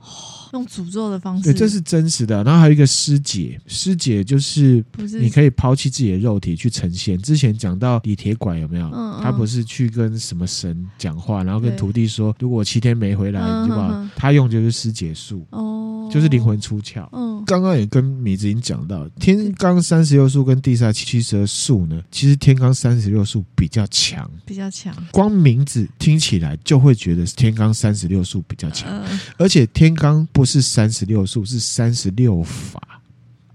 C: 用诅咒的方式，
A: 对，这是真实的。然后还有一个师姐，师姐就是
C: 不是
A: 你可以抛弃自己的肉体去成仙。之前讲到李铁拐有没有？
C: 嗯嗯
A: 他不是去跟什么神讲话，然后跟
C: 对
A: 徒弟说，如果我七天没回来，
C: 嗯
A: 你就把
C: 嗯嗯
A: 他用就是师姐术，
C: 哦，
A: 就是灵，魂出窍。
C: 嗯
A: 刚刚也跟米子已经讲到，天罡三十六术跟地煞七十二术呢，其实天罡三十六术比较强，
C: 比较强，
A: 光名字听起来就会觉得天罡三十六术比较强，
C: 嗯、
A: 而且天罡不是三十六术，是三十六法。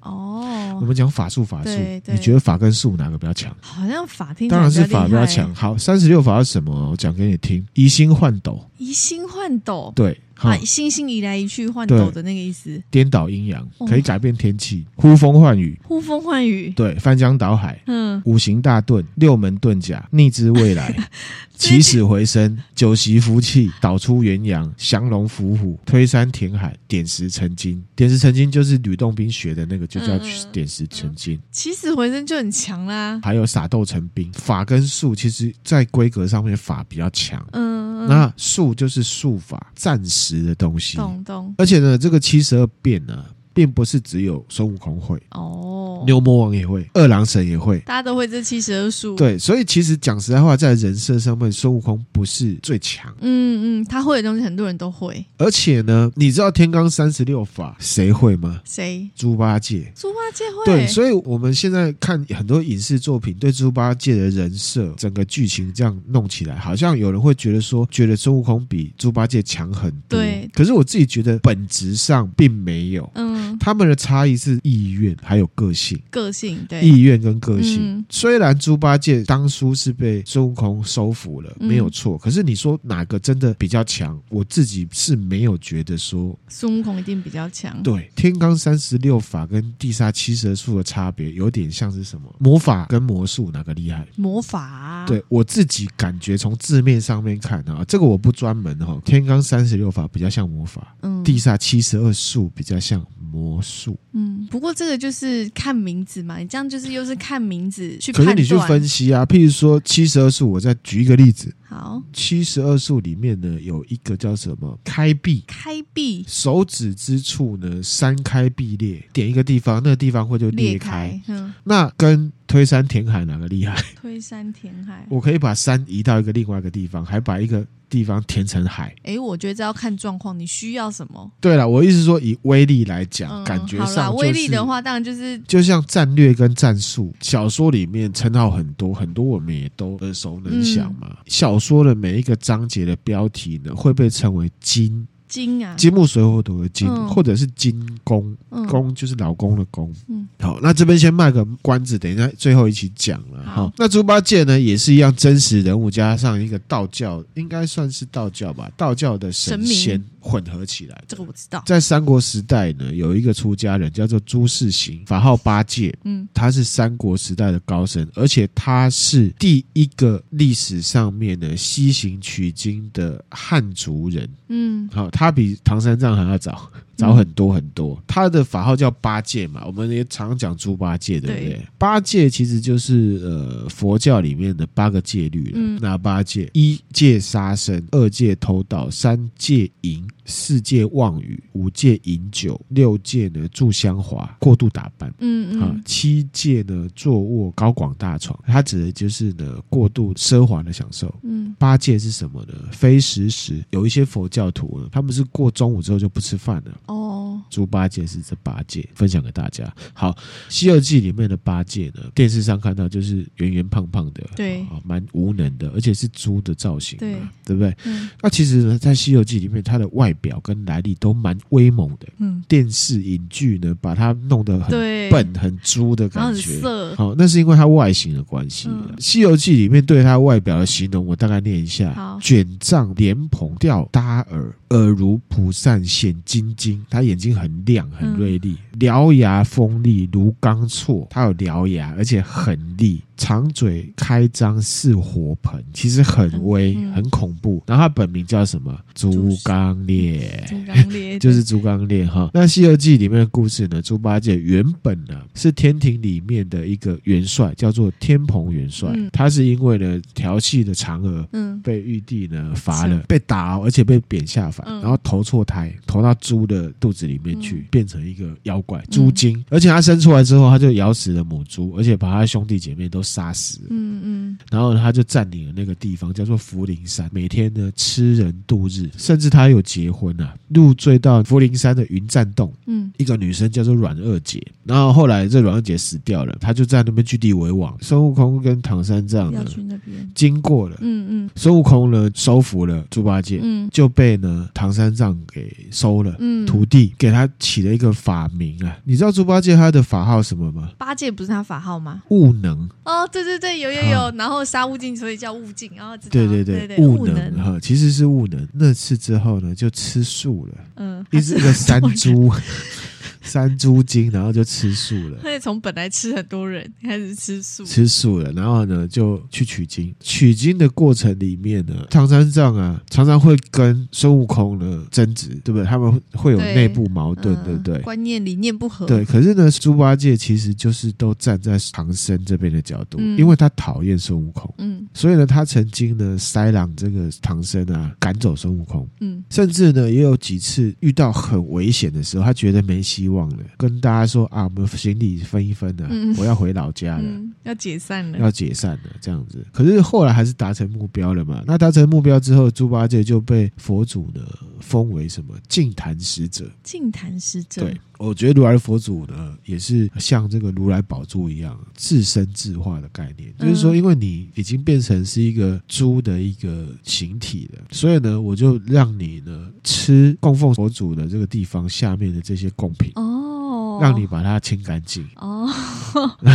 A: 我
C: 哦，
A: 们讲法术，法术
C: 对，对
A: 你觉得法跟术哪个比较强？
C: 好像法听起来
A: 当然是法
C: 比
A: 比
C: 较
A: 较
C: 厉害
A: 强。，好，三十六法是什么？我讲给你听，移星换斗，
C: 移星换斗，
A: 对，哈
C: 啊，，星星移来移去换
A: 对
C: 斗的那个意思，
A: 颠倒阴阳，
C: 哦
A: 可以改变天气，呼风唤雨，
C: 呼风唤雨，
A: 对，翻江倒海，
C: 嗯，
A: 五行大遁、六门遁甲、逆之未 来、起死回生、九席福气、导出元阳、降龙伏虎、推山填海、点石成金。点石成金就是吕洞宾学的那个，就叫
C: 嗯嗯
A: 点石成金。
C: 起死回生就很强啦，
A: 还有撒豆成兵，法跟术其实在规格上面法比较强，
C: 嗯，嗯
A: 那术就是术法暂时的东西。
C: 懂懂
A: 而且呢，这个七十二变呢，并不是只有孙悟空会，
C: 哦，
A: 牛魔王也会，二郎神也会，
C: 大家都会这七十二术，，
A: 对，所以其实讲实在话，在人设上面，孙悟空不是最强，
C: 嗯嗯，他会的东西很多人都会，
A: 而且呢，你知道天罡三十六法谁会吗？
C: 谁？
A: 猪八戒。
C: 猪八戒会，
A: 对，所以我们现在看很多影视作品，对猪八戒的人设、整个剧情这样弄起来，好像有人会觉得说，觉得孙悟空比猪八戒强很多。
C: 对
A: 可是我自己觉得本质上并没有，
C: 嗯，
A: 他们的差异是意愿还有个性。
C: 个性对，
A: 意愿跟个性。
C: 哎嗯
A: 虽然猪八戒当初是被孙悟空收服了，
C: 嗯
A: 没有错，可是你说哪个真的比较强？我自己是没有觉得说
C: 孙悟空一定比较强，
A: 对天罡三十六法跟地煞七蛇术的差别，有点像是什么魔法跟魔术哪个厉害？
C: 魔法、啊，
A: 对我自己感觉，从字面上面看啊，这个我不专门哈、哦。天罡三十六法比较像魔法，
C: 嗯，
A: 地煞七十二术比较像魔术。
C: 嗯，不过这个就是看名字嘛，你这样就是又是看名字去
A: 可
C: 判
A: 是
C: 断。
A: 你去分析啊，譬如说七十二术，我再举一个例子，
C: 好，
A: 七十二术里面呢，有一个叫什么开臂，
C: 开臂
A: 手指之处呢三开必裂，点一个地方，那个地方会就裂
C: 裂
A: 开。
C: 开，嗯，
A: 那跟推山填海哪个厉害？
C: 推山填海。
A: 我可以把山移到一个另外一个地方，还把一个地方填成海。
C: 哎，我觉得这要看状况，你需要什么？
A: 对了，我意思说以威力来讲，
C: 嗯，
A: 感觉
C: 好啦，
A: 上就是
C: 威力的话，当然就是
A: 就像战略跟战术，小说里面称号很多，很多我们也都耳熟能详嘛。
C: 嗯
A: 小说的每一个章节的标题呢，会被称为金
C: 金啊，
A: 金木水火土的金，
C: 嗯
A: 或者是金公，
C: 嗯
A: 公就是老公的公。
C: 嗯
A: 好，那这边先卖个关子，等一下最后一起讲了
C: 好
A: 哈。那猪八戒呢，也是一样真实人物加上一个道教，应该算是道教吧，道教的神
C: 神明
A: 仙混合起来的。
C: 这个我知道。
A: 在三国时代呢，有一个出家人叫做朱世行，法号八戒，
C: 嗯，
A: 他是三国时代的高僧，而且他是第一个历史上面的西行取经的汉族人。
C: 嗯，
A: 好，他比唐三藏还要早。早很多很多。他的法号叫八戒嘛，我们也常讲猪八戒，对不对？
B: 对
A: 八戒其实就是呃佛教里面的八个戒律了。
C: 嗯
A: 哪八戒？一戒杀生，二戒偷盗，三戒淫，四戒妄语，五戒饮酒，六戒呢住香华，过度打扮。
C: 嗯
A: 啊
C: 嗯，，
A: 七戒呢，坐卧高广大床，它指的就是呢过度奢华的享受。
C: 嗯
A: 八戒是什么呢？非食时，有一些佛教徒呢，他们是过中午之后就不吃饭了。
C: 哦，
A: 猪八戒是这八戒，分享给大家。好，《西游记》里面的八戒呢，电视上看到就是圆圆胖胖的，
C: 对
A: 啊，蛮无能的，而且是猪的造型
C: 对
A: 嘛，对不对？
C: 嗯
A: 那其实呢，在《西游记》里面，它的外表跟来历都蛮威猛的。
C: 嗯，
A: 电视影剧呢，把它弄得很
C: 对，
A: 笨、很猪的
C: 然后
A: 感
C: 很
A: 觉。
C: 色，
A: 好，哦那是因为它外形的关系。
C: 嗯
A: 西游记》里面对它外表的形容，我大概念一下
C: 好：
A: 卷帐、莲蓬、吊搭耳、耳如蒲扇、显金睛。它眼睛很亮、
C: 嗯
A: 很锐利，獠牙锋利如钢锉，它有獠牙，而且很利。长嘴开张似火盆，其实很威、
C: 嗯
A: 很恐怖。然后它本名叫什么？猪刚鬣。
C: 猪刚 鬣
A: 就是猪刚鬣
C: 嗯
A: 哈。那《西游记》里面的故事呢，猪八戒原本呢是天庭里面的一个元帅，叫做天蓬元帅。
C: 嗯
A: 他是因为呢调戏的嫦娥。
C: 嗯
A: 被玉帝呢罚
C: 是
A: 了，被打哦，而且被贬下凡，
C: 嗯
A: 然后投错胎，投到猪的肚子里面去，
C: 嗯
A: 变成一个妖怪猪精。而且他生出来之后，他就咬死了母猪，而且把他兄弟姐妹都杀死了。
C: 嗯嗯
A: 然后呢他就占领了那个地方，叫做福陵山，每天呢吃人度日，甚至他有结婚啊，入赘到福陵山的云栈洞。
C: 嗯
A: 一个女生叫做阮二姐，然后后来这阮二姐死掉了，他就在那边据地为王。孙悟空跟唐三藏
C: 嗯，要
A: 呢
C: 去那边，
A: 经过了，
C: 嗯嗯
A: 孙悟空呢收服了猪八戒，
C: 嗯
A: 就被呢唐三藏给收了。
C: 嗯，
A: 徒弟给他起了一个法名啊，你知道猪八戒他的法号什么吗？
C: 八戒不是他法号吗？
A: 悟能，
C: 哦，对对对，有有有，然后杀悟净，所以叫悟净，哦，知道
A: 嗯对
C: 对
A: 对，
C: 对，
A: 悟能
C: 能，
A: 哈，其实是悟能。那次之后呢，就吃素了，
C: 嗯，
A: 一
C: 他
A: 直
C: 是
A: 一个山
C: 很多人，
A: 猪， 山猪精，然后就吃素了。
C: 他也从本来吃很多人开始吃素，
A: 吃素了，然后呢就去取经。取经的过程里面呢，唐三藏啊常常会跟孙悟空呢争执，对不对？他们会有
C: 对
A: 内部矛盾，
C: 嗯
A: 对不对？
C: 观念理念不合，
A: 对，可是呢，猪八戒其实就是都站在唐僧这边的角度，
C: 嗯
A: 因为他讨厌孙悟空，
C: 嗯
A: 所以呢，他曾经呢塞朗这个唐僧啊赶走孙悟空，
C: 嗯
A: 甚至呢，也有几次遇到很危险的时候，他觉得没希望了，跟大家说啊，我们行李分一分啊，
C: 嗯
A: 我要回老家了。
C: 嗯，要解散了，
A: 要解散了，这样子。可是后来还是达成目标了嘛？那达成目标之后，猪八戒就被佛祖呢封为什么净坛使者？
C: 净坛施政，
A: 对，我觉得如来佛祖呢，也是像这个如来宝珠一样，自身自化的概念，就是说，
C: 嗯
A: 因为你已经变成是一个猪的一个形体了，所以呢，我就让你呢吃供奉佛祖的这个地方下面的这些贡品，
C: 哦，
A: 让你把它清干净。
C: 哦，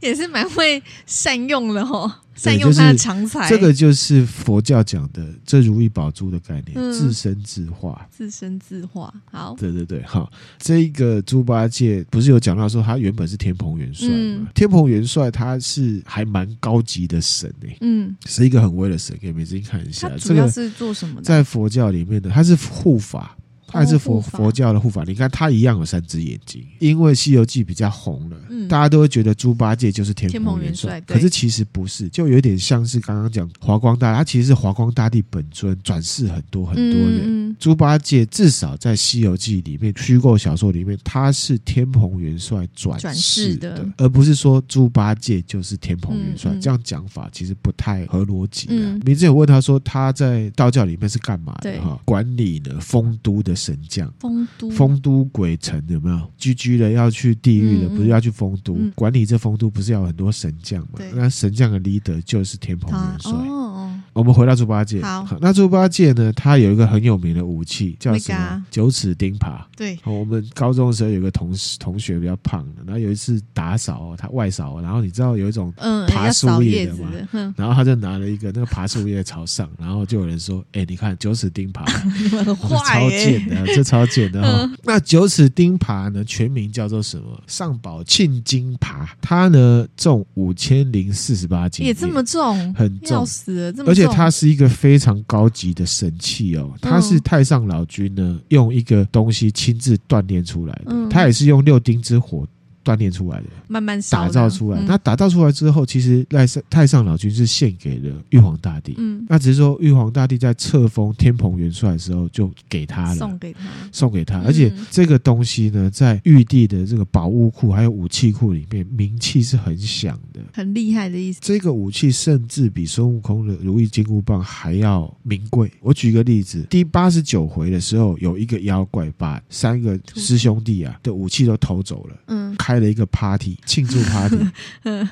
C: 也是蛮会善用的哦，善用
A: 就是
C: 他的长才，
A: 这个就是佛教讲的这如意宝珠的概念，
C: 嗯
A: 自生自化。
C: 自生自化，好，
A: 对对对，好，这一个猪八戒不是有讲到说他原本是天蓬元帅吗？
C: 嗯
A: 天蓬元帅他是还蛮高级的神诶、
C: 嗯，
A: 是一个很威的神，给你们自己看一
C: 他
A: 下。啊这
C: 主要
A: 个
C: 是做什么的？
A: 在佛教里面的，他是护法。他还是佛、
C: 哦护法
A: 佛教的护法，你看他一样有三只眼睛，因为《西游记》比较红了，
C: 嗯
A: 大家都会觉得猪八戒就是天
C: 天
A: 蓬
C: 蓬元
A: 元帅，
C: 帅
A: 可
C: 对
A: 是其实不是，就有点像是刚刚讲华光大，他其实是华光大帝本尊转世很多很多人，
C: 嗯
A: 猪八戒至少在《西游记》里面虚构小说里面，他是天蓬元帅转
C: 转
A: 世
C: 世
A: 的，
C: 的
A: 而不是说猪八戒就是天蓬元帅。
C: 嗯嗯
A: 这样讲法其实不太合逻辑的。
C: 嗯
A: 明志有问他说他在道教里面是干嘛的
C: 对嗯
A: 哈？管理呢丰都的神将。
C: 丰都，
A: 丰都鬼城有没有？居居的要去地狱的，
C: 嗯嗯
A: 不是要去丰都、
C: 嗯
A: 管理这丰都，不是要有很多神将嘛
C: 对？
A: 那神将的 leader 就是天蓬
C: 他
A: 元帅。
C: 哦，
A: 我们回到猪八戒。
C: 好
A: 那猪八戒呢？他有一个很有名的武器，叫
C: 那个
A: 什么
C: 啊？
A: 九齿钉耙。
C: 对，
A: 哦，我们高中的时候有个同事同学比较胖的，然后有一次打扫，他外扫，然后你知道有一种，
C: 嗯，
A: 爬
C: 要
A: 树
C: 扫
A: 叶
C: 叶
A: 的
C: 子
A: 嘛
C: 的，哼，
A: 然后他就拿了一个那个爬树叶朝上，然后就有人说：“哎、你看九齿钉耙，
C: 你 们很坏
A: 超
C: 耶
A: 贱，
C: 嗯
A: 的，这超贱的哈、那九齿钉耙呢，全名叫做什么？上宝庆金耙，它呢重五千零四十八斤，
C: 也这么重，
A: 很重
C: 要，死了，这么嗯
A: 而且它是一个非常高级的神器哦，它是太上老君呢用一个东西亲自锻炼出来的，
C: 嗯
A: 它也是用六丁之火锻炼出来的，
C: 慢慢烧
A: 打
C: 这样
A: 造出来。
C: 嗯
A: 那打造出来之后，其实太上太上老君是献给了玉皇大帝，
C: 嗯，
A: 那只是说玉皇大帝在册封天蓬元帅的时候就给他了
C: 嗯送。给他，
A: 送给他，
C: 嗯
A: 而且这个东西呢，在玉帝的这个宝物库还有武器库里面，名气是很响的。
C: 很厉害的意思。
A: 这个武器甚至比孙悟空的如意金箍棒还要名贵。我举个例子，第八十九回的时候，有一个妖怪把三个师兄弟啊的武器都偷走了，
C: 嗯，
A: 开了一个 party 庆祝 party。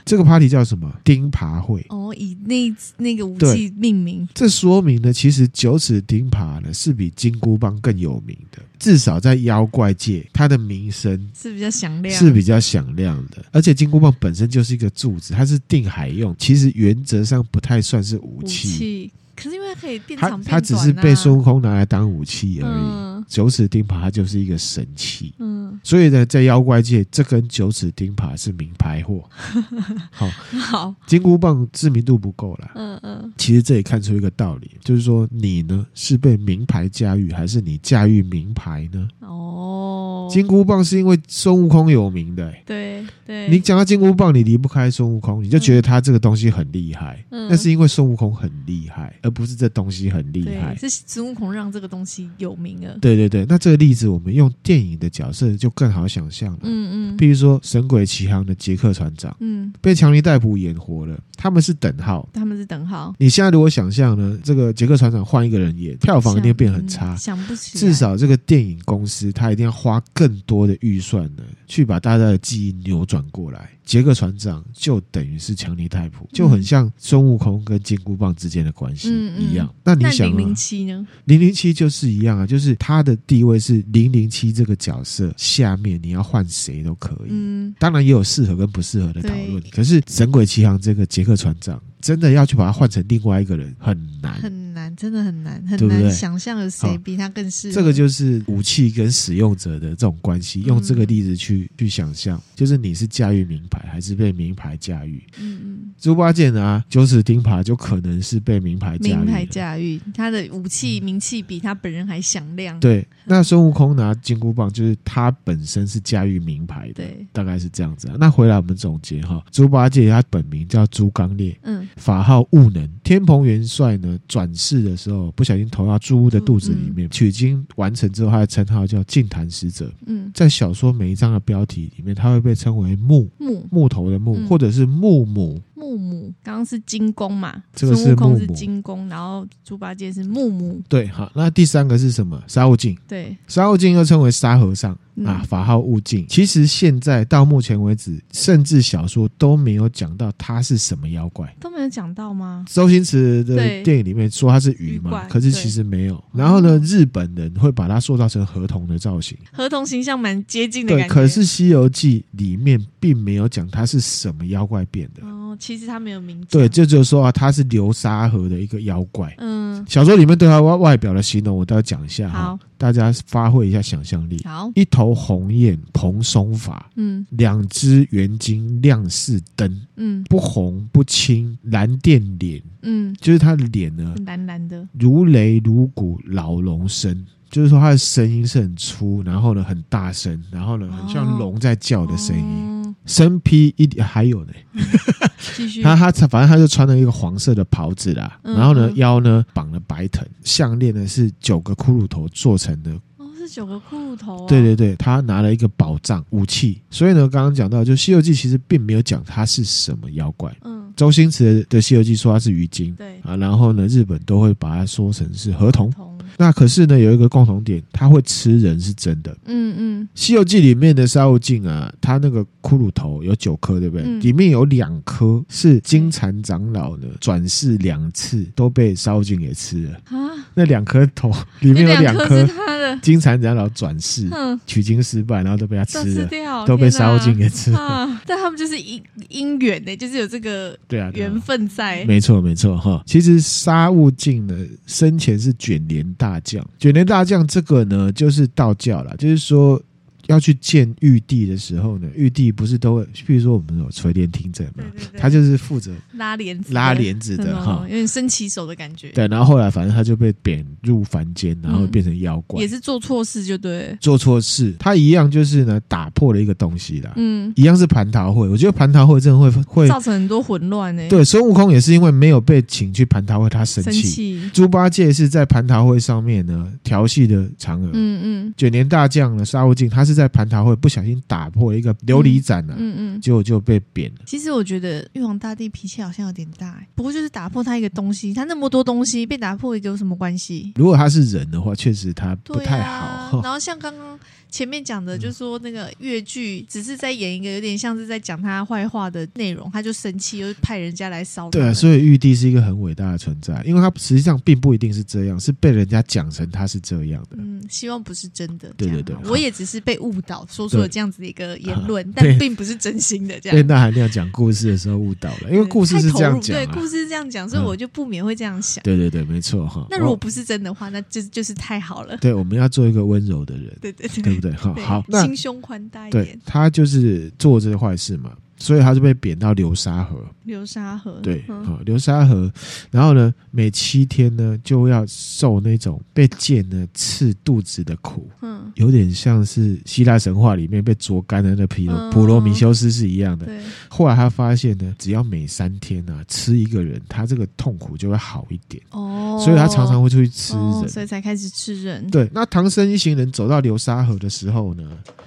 A: 这个 party 叫什么？钉耙会。
C: 哦，以那那个武
A: 对
C: 器命名，
A: 这说明呢，其实九齿钉耙呢是比金箍棒更有名的，至少在妖怪界，它的名声
C: 是比较响亮，
A: 是比较响亮的。而且金箍棒本身就是一个柱子，它是定海用，其实原则上不太算是武
C: 武
A: 器。
C: 器。可是因为它可以变
A: 它
C: 长变短、啊、
A: 它只是被孙悟空拿来当武器而已。
C: 嗯
A: 九齿钉耙它就是一个神器，
C: 嗯，
A: 所以呢，在妖怪界，这根九齿钉耙是名牌货。好，
C: 好，
A: 金箍棒知名度不够啦。
C: 嗯嗯
A: 其实这也看出一个道理，就是说你呢是被名牌驾驭，还是你驾驭名牌呢？
C: 哦，
A: 金箍棒是因为孙悟空有名的、欸
C: 对对，
A: 你讲到金箍棒，你离不开孙悟空，你就觉得他这个东西很厉害。
C: 嗯
A: 那是因为孙悟空很厉害，而不是这东西很厉害
C: 对，。是孙悟空让这个东西有名了。
A: 对对对，那这个例子我们用电影的角色就更好想象了。
C: 嗯嗯
A: 比如说《神鬼奇航》的杰克船长
C: 嗯，
A: 被强尼戴普演活了，他们是等号。
C: 他们是等号，
A: 你现在如果想象呢，这个杰克船长换一个人演，票房一定变很差
C: 嗯。想不起来，
A: 至少这个电影公司他一定要花更多的预算呢，去把大家的记忆扭转过来。杰克船长就等于是强尼戴普，就很像孙悟空跟金箍棒之间的关系
C: 嗯嗯
A: 一样。那你
C: 那
A: 想
C: 零
A: 啊
C: 零，七呢？
A: 零零七就是一样啊，就是他的地位是零零七这个角色下面，你要换谁都可以。
C: 嗯，
A: 当然也有适合跟不适合的讨论
C: 对，
A: 可是《神鬼奇航》这个杰克船长真的要去把他换成另外一个人很难。
C: 很难，真的很难，很
A: 对不对
C: 难想象有
A: 好
C: 谁比他更适合。
A: 这个就是武器跟使用者的这种关
C: 嗯
A: 系，用这个例子去去想象，就是你是驾驭名牌还是被名牌驾驭？
C: 嗯
A: 猪八戒啊，九齿钉耙就可能是被名牌
C: 嗯，
A: 驾
C: 名
A: 驭
C: 牌
A: 的。
C: 驾驭，他的武器名气比他本人还响亮。
A: 对，那孙悟空拿金箍棒，就是他本身是驾驭名牌的。
C: 对，
A: 大概是这样子、啊。那回来我们总结哈，猪八戒他本名叫猪刚鬣，
C: 嗯，
A: 法号悟能。天蓬元帅呢转世的时候，不小心投到猪的肚子里面，取经完成之后，他的称号叫净坛使者。
C: 嗯，
A: 在小说每一章的标题里面，他会被称为木
C: 木
A: 木头的木，
C: 嗯
A: 或者是木母。
C: 木母，刚刚是金弓嘛，
A: 这个是
C: 孙悟空是
A: 木母
C: 金弓，然后猪八戒是木母，
A: 对，好，那第三个是什么？沙悟净，
C: 对，
A: 沙悟净又称为沙和尚
C: 嗯
A: 啊，法号悟净。其实现在到目前为止，甚至小说都没有讲到他是什么妖怪。
C: 都没有讲到吗？
A: 周星驰的
C: 对
A: 电影里面说他是鱼
C: 鱼
A: 嘛，
C: 怪
A: 可是
C: 对
A: 其实没有。然后呢，
C: 嗯
A: 日本人会把它塑造成河童的造型，
C: 合同形象蛮接近的
A: 对。
C: 感觉。
A: 可是《西游记》里面并没有讲它是什么妖怪变的，
C: 哦，其实他没有名字。
A: 对，这就是说啊，它是流沙河的一个妖怪。
C: 嗯，
A: 小说里面对它外外表的形容，我都要讲一下哈
C: 好，
A: 大家发挥一下想象力。
C: 好，
A: 一头红雁蓬松发，
C: 嗯
A: 两只圆睛亮似灯，
C: 嗯
A: 不红不青，蓝靛脸，
C: 嗯，
A: 就是它的脸呢
C: 蓝蓝的，
A: 如雷如鼓老龙声，就是说它的声音是很粗，然后呢很大声，然后呢很像
C: 哦
A: 龙在叫的声音。
C: 音。
A: 身披一还有呢，
C: 哦继续，
A: 他他反正他就穿了一个黄色的袍子啦，
C: 嗯
A: 然后呢
C: 嗯
A: 腰呢绑了白藤，项链呢是九个骷髅头做成的。
C: 哦，是九个骷髅头、啊。
A: 对对对，他拿了一个宝藏武器，所以呢刚刚讲到，就《西游记》其实并没有讲他是什么妖怪。
C: 嗯，
A: 周星驰的《西游记》说他是鱼精
C: 对，
A: 啊，然后呢日本都会把它说成是河童。
C: 同，
A: 那可是呢，有一个共同点，它会吃人是真的。《
C: 嗯嗯
A: 西游记》里面的沙悟净啊，他那个骷髅头有九颗，对不对？
C: 嗯
A: 里面有两颗是金蝉长老呢转世两次都被沙悟净给吃了。
C: 啊，
A: 那两颗头里面
C: 那
A: 有两
C: 颗
A: 颗
C: 是他的，
A: 金蝉长老转世
C: 哼，
A: 取经失败，然后都被他
C: 都
A: 吃
C: 吃
A: 了，
C: 掉，
A: 啊都被
C: 天
A: 沙悟
C: 哪
A: 净给吃了。
C: 啊！但他们就是因因缘呢，就是有这个
A: 对啊，对啊
C: 缘分在。
A: 没错，没错哈。其实沙悟净呢，生前是卷帘大将。卷帘大将这个呢，就是道教啦，就是说。要去见玉帝的时候呢，玉帝不是都会，譬如说我们有垂帘听政嘛，他就是负责
C: 拉帘子的，
A: 拉帘子的
C: 嗯
A: 哈。
C: 有点伸起手的感觉，
A: 对，然后后来反正他就被贬入凡间，然后
C: 嗯
A: 变成妖怪，
C: 也是做错事就对，
A: 做错事，他一样就是呢打破了一个东西啦，
C: 嗯，
A: 一样是蟠桃会。我觉得蟠桃会真的会会
C: 造成很多混乱呢。
A: 对孙悟空也是因为没有被请去蟠桃会，他生
C: 生
A: 气。
C: 气，
A: 猪八戒是在蟠桃会上面呢调戏的嫦娥，
C: 嗯嗯
A: 卷帘大将呢沙悟净，他是在蟠桃会不小心打破一个琉璃盏啊，
C: 嗯嗯。
A: 结果就被贬了。
C: 其实我觉得玉皇大帝脾气好像有点大、欸，不过就是打破他一个东西，他那么多东西被打破一个有什么关系？
A: 如果他是人的话，确实他不
C: 对
A: 太
C: 啊
A: 好。， 嗯
C: 然后像刚刚前面讲的，就说那个越剧只是在演一个有点像是在讲他坏话的内容，他就生气，又派人家来烧他
A: 对
C: 们。
A: 啊，所以玉帝是一个很伟大的存在，因为他实际上并不一定是这样，是被人家讲成他是这样的。
C: 嗯，希望不是真的。
A: 对
C: 这样
A: 对对
C: 好
A: 好
C: 我也只是被误导，说出了
A: 对
C: 这样子的一个言论，
A: 对
C: 但并不是真心的这
A: 被
C: 样。
A: 那含量讲故事的时候误导了，因为故事
C: 太
A: 是
C: 投
A: 这样
C: 入
A: 讲
C: 对，
A: 啊
C: 故。事是这样讲，所以
A: 嗯
C: 我就不免会这样想。
A: 对对对，没错哈。
C: 那如果
A: 哦
C: 不是真的话，那就就是太好了。
A: 对我们要做一个温柔的人，
C: 对对对
A: 对不对？哈，
C: 对
A: 好，那
C: 心胸宽大一
A: 对
C: 点。
A: 他就是做这些坏事嘛，所以他就被贬到流沙河。
C: 流沙河，
A: 对，
C: 嗯
A: 好、流沙河，然后呢，每七天呢就要受那种被剑呢刺肚子的苦，
C: 嗯，
A: 有点像是希腊神话里面被啄干的那皮
C: 嗯
A: 普罗米修斯是一样的。
C: 对，
A: 后来他发现呢，只要每三天啊吃一个人，他这个痛苦就会好一点，
C: 哦，
A: 所以他常常会出去吃人。
C: 哦所以才开始吃人。
A: 对，那唐僧一行人走到流沙河的时候呢，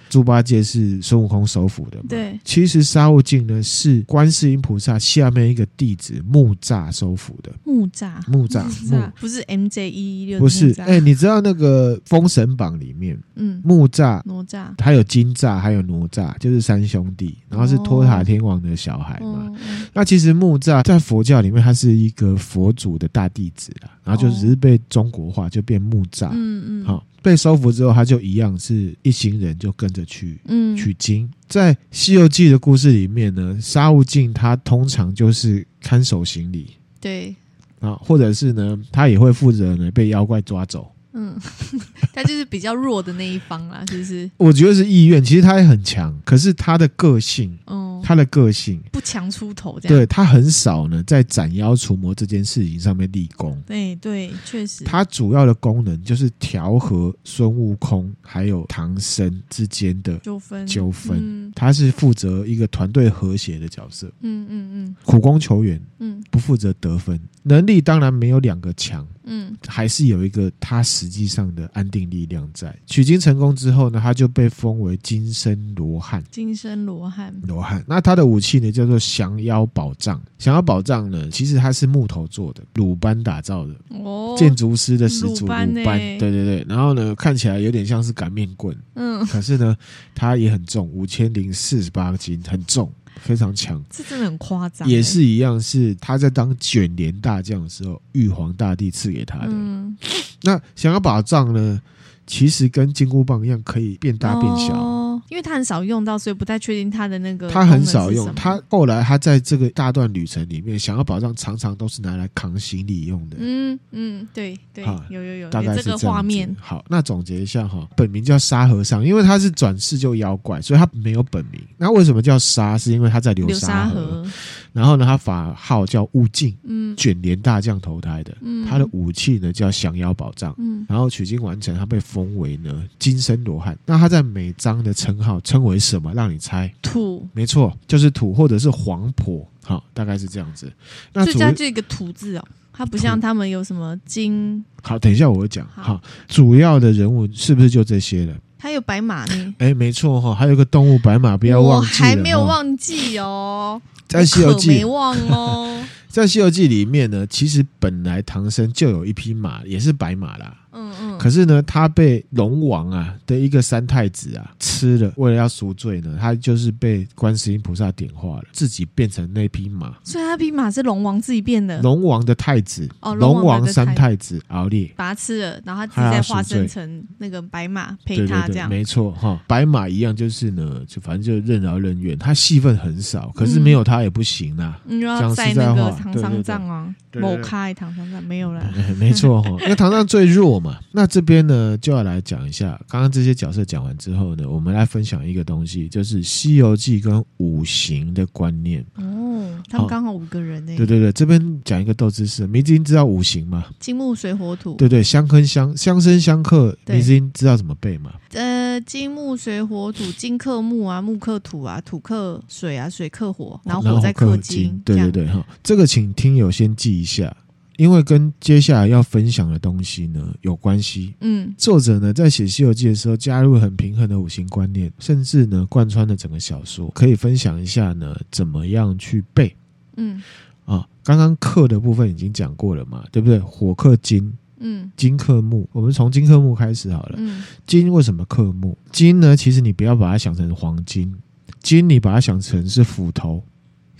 A: 猪八戒是孙悟空收服的嘛？
C: 对
A: 其实沙悟净呢是观世音菩萨下面一个弟子木吒收服的，
C: 木栅，
A: 木吒
C: 栅
A: 木
C: 不是 MJ 一一六，
A: 不是，
C: 哎、
A: 哎、你知道那个《封神榜》里面
C: 嗯，
A: 木吒
C: 哪吒，
A: 还有金吒还有哪吒，就是三兄弟，然后是托塔天王的小孩嘛。
C: 嗯，嗯
A: 那其实木吒在佛教里面，他是一个佛祖的大弟子啦，然后就只是被中国化，就变木吒。
C: 哦嗯嗯，
A: 好、被收服之后，他就一样是一行人就跟着去
C: 嗯，
A: 取经。在《西游记》的故事里面呢，沙悟净他通常就是看守行李
C: 对，
A: 啊，或者是呢，他也会负责呢被妖怪抓走。
C: 嗯， 他就是比较弱的那一方啦，是不是？
A: 我觉得是意愿，其实他也很强，可是他的个性，
C: 嗯，
A: 他的个性，
C: 不强出头这样。
A: 对他很少呢在斩妖除魔这件事情上面立功。
C: 对对对，确实。
A: 它主要的功能就是调和孙悟空还有唐僧之间的，
C: 纠纷，
A: 纠纷
C: 嗯
A: 他是负责一个团队和谐的角色，
C: 嗯嗯
A: 苦攻球员，
C: 嗯
A: 不负责得分，能力当然没有两个强，
C: 嗯
A: 还是有一个他实际上的安定力量在。取经成功之后呢，他就被封为金身罗汉
C: 嗯，。金身罗汉，
A: 罗汉，那他的武器呢叫做降妖宝杖。降妖宝杖呢，其实它是木头做的，鲁班打造的，
C: 哦，
A: 建筑师的始祖鲁
C: 鲁班
A: 班。对
C: 欸
A: 对对，然后呢，看起来有点像是擀面棍，
C: 嗯，
A: 可是呢，它也很重，五千零四十八斤，很重，非常强。
C: 这真的很夸张，欸
A: 也是一样，是他在当卷帘大将的时候，玉皇大帝赐给他
C: 欸，
A: 的。
C: 嗯，
A: 那想要把杖呢，其实跟金箍棒一样，可以变大变小。
C: 哦，因为他很少用到，所以不太确定他的那个
A: 他很
C: 功能是
A: 少
C: 什
A: 用，
C: 么
A: 他后来他在这个大段旅程里面，想要宝藏常常都是拿来扛行李用的。
C: 嗯嗯，对对
A: 啊，
C: 有有有，
A: 大概
C: 有
A: 是
C: 这个
A: 样
C: 画
A: 子
C: 面，
A: 好，那总结一下哈，本名叫沙和尚，因为他是转世就妖怪，所以他没有本名。那为什么叫沙？是因为他在流
C: 流
A: 沙
C: 沙
A: 河，
C: 河，
A: 然后呢，他法号叫悟净，
C: 嗯
A: 卷帘大将投胎的。
C: 嗯，
A: 他的武器呢叫降妖宝杖，
C: 嗯
A: 然后取经完成，他被封为呢金身罗汉。那他在每章的称号称为什么？让你猜。
C: 土，
A: 没错，就是土或者是黄婆，好，大概是这样子。那
C: 所以
A: 主
C: 加这个土字哦，它不像
A: 土
C: 他们有什么金，
A: 好，等一下我会讲。
C: 好
A: 好，主要的人物是不是就这些了？
C: 它有白马呢。
A: 哎，没错哈、还有一个动物白马，不要
C: 我
A: 忘记了
C: 还没有
A: 哈
C: 忘记哦，
A: 在
C: 我
A: 《西游
C: 可
A: 记
C: 没》忘 哦，
A: 在《西游记》里面呢，其实本来唐僧就有一匹马，也是白马啦。
C: 嗯嗯，
A: 可是呢，他被龙王啊的一个三太子啊吃了，为了要赎罪呢，他就是被观世音菩萨点化了，自己变成那匹马。
C: 所以他匹马是龙王自己变的，
A: 龙王的太子，
C: 嗯哦龙王的
A: 龙王三
C: 太
A: 太子敖烈，
C: 把它吃了，然后他自
A: 他
C: 己再
A: 要赎
C: 化
A: 罪
C: 身成那个白马陪
A: 对对
C: 他这
A: 对，
C: 样。
A: 没错哈。白马一样就是呢，就反正就任劳
C: 嗯
A: 任怨，他戏份很少，可是没有他也不行啊。
C: 你就
A: 讲
C: 要
A: 实
C: 在
A: 在
C: 那
A: 话
C: 个唐
A: 对对
C: 三
A: 对
C: 藏啊，
A: 对
C: 某
A: 对对
C: 咖糖糖上没有啦，
A: 哎没错 哈、因为唐藏最弱嘛。那这边呢，就要来讲一下，刚刚这些角色讲完之后呢，我们来分享一个东西，就是《西游记》跟五行的观念。
C: 哦，他们
A: 好
C: 刚好五个人呢、
A: 对对对，这边讲一个斗知识，迷之音知道五行嘛？
C: 金木水火土，
A: 对对，相克相相生相克，
C: 对
A: 迷之音知道怎么背嘛？
C: 呃，金木水火土，金克木啊，木克土啊，土克水啊，水克火，然后火再
A: 哦克
C: 金，
A: 对
C: 这
A: 对
C: 样
A: 对哈，这个请听友先记一下，因为跟接下来要分享的东西呢有关系。
C: 嗯，
A: 作者呢在写《西游记》的时候，加入很平衡的五行观念，甚至呢贯穿了整个小说。可以分享一下呢，怎么样去背
C: 嗯
A: 啊？刚刚克的部分已经讲过了嘛，对不对？火克金，
C: 嗯
A: 金克木。我们从金克木开始好了。
C: 嗯，
A: 金为什么克木？金呢，其实你不要把它想成黄金，金你把它想成是斧头、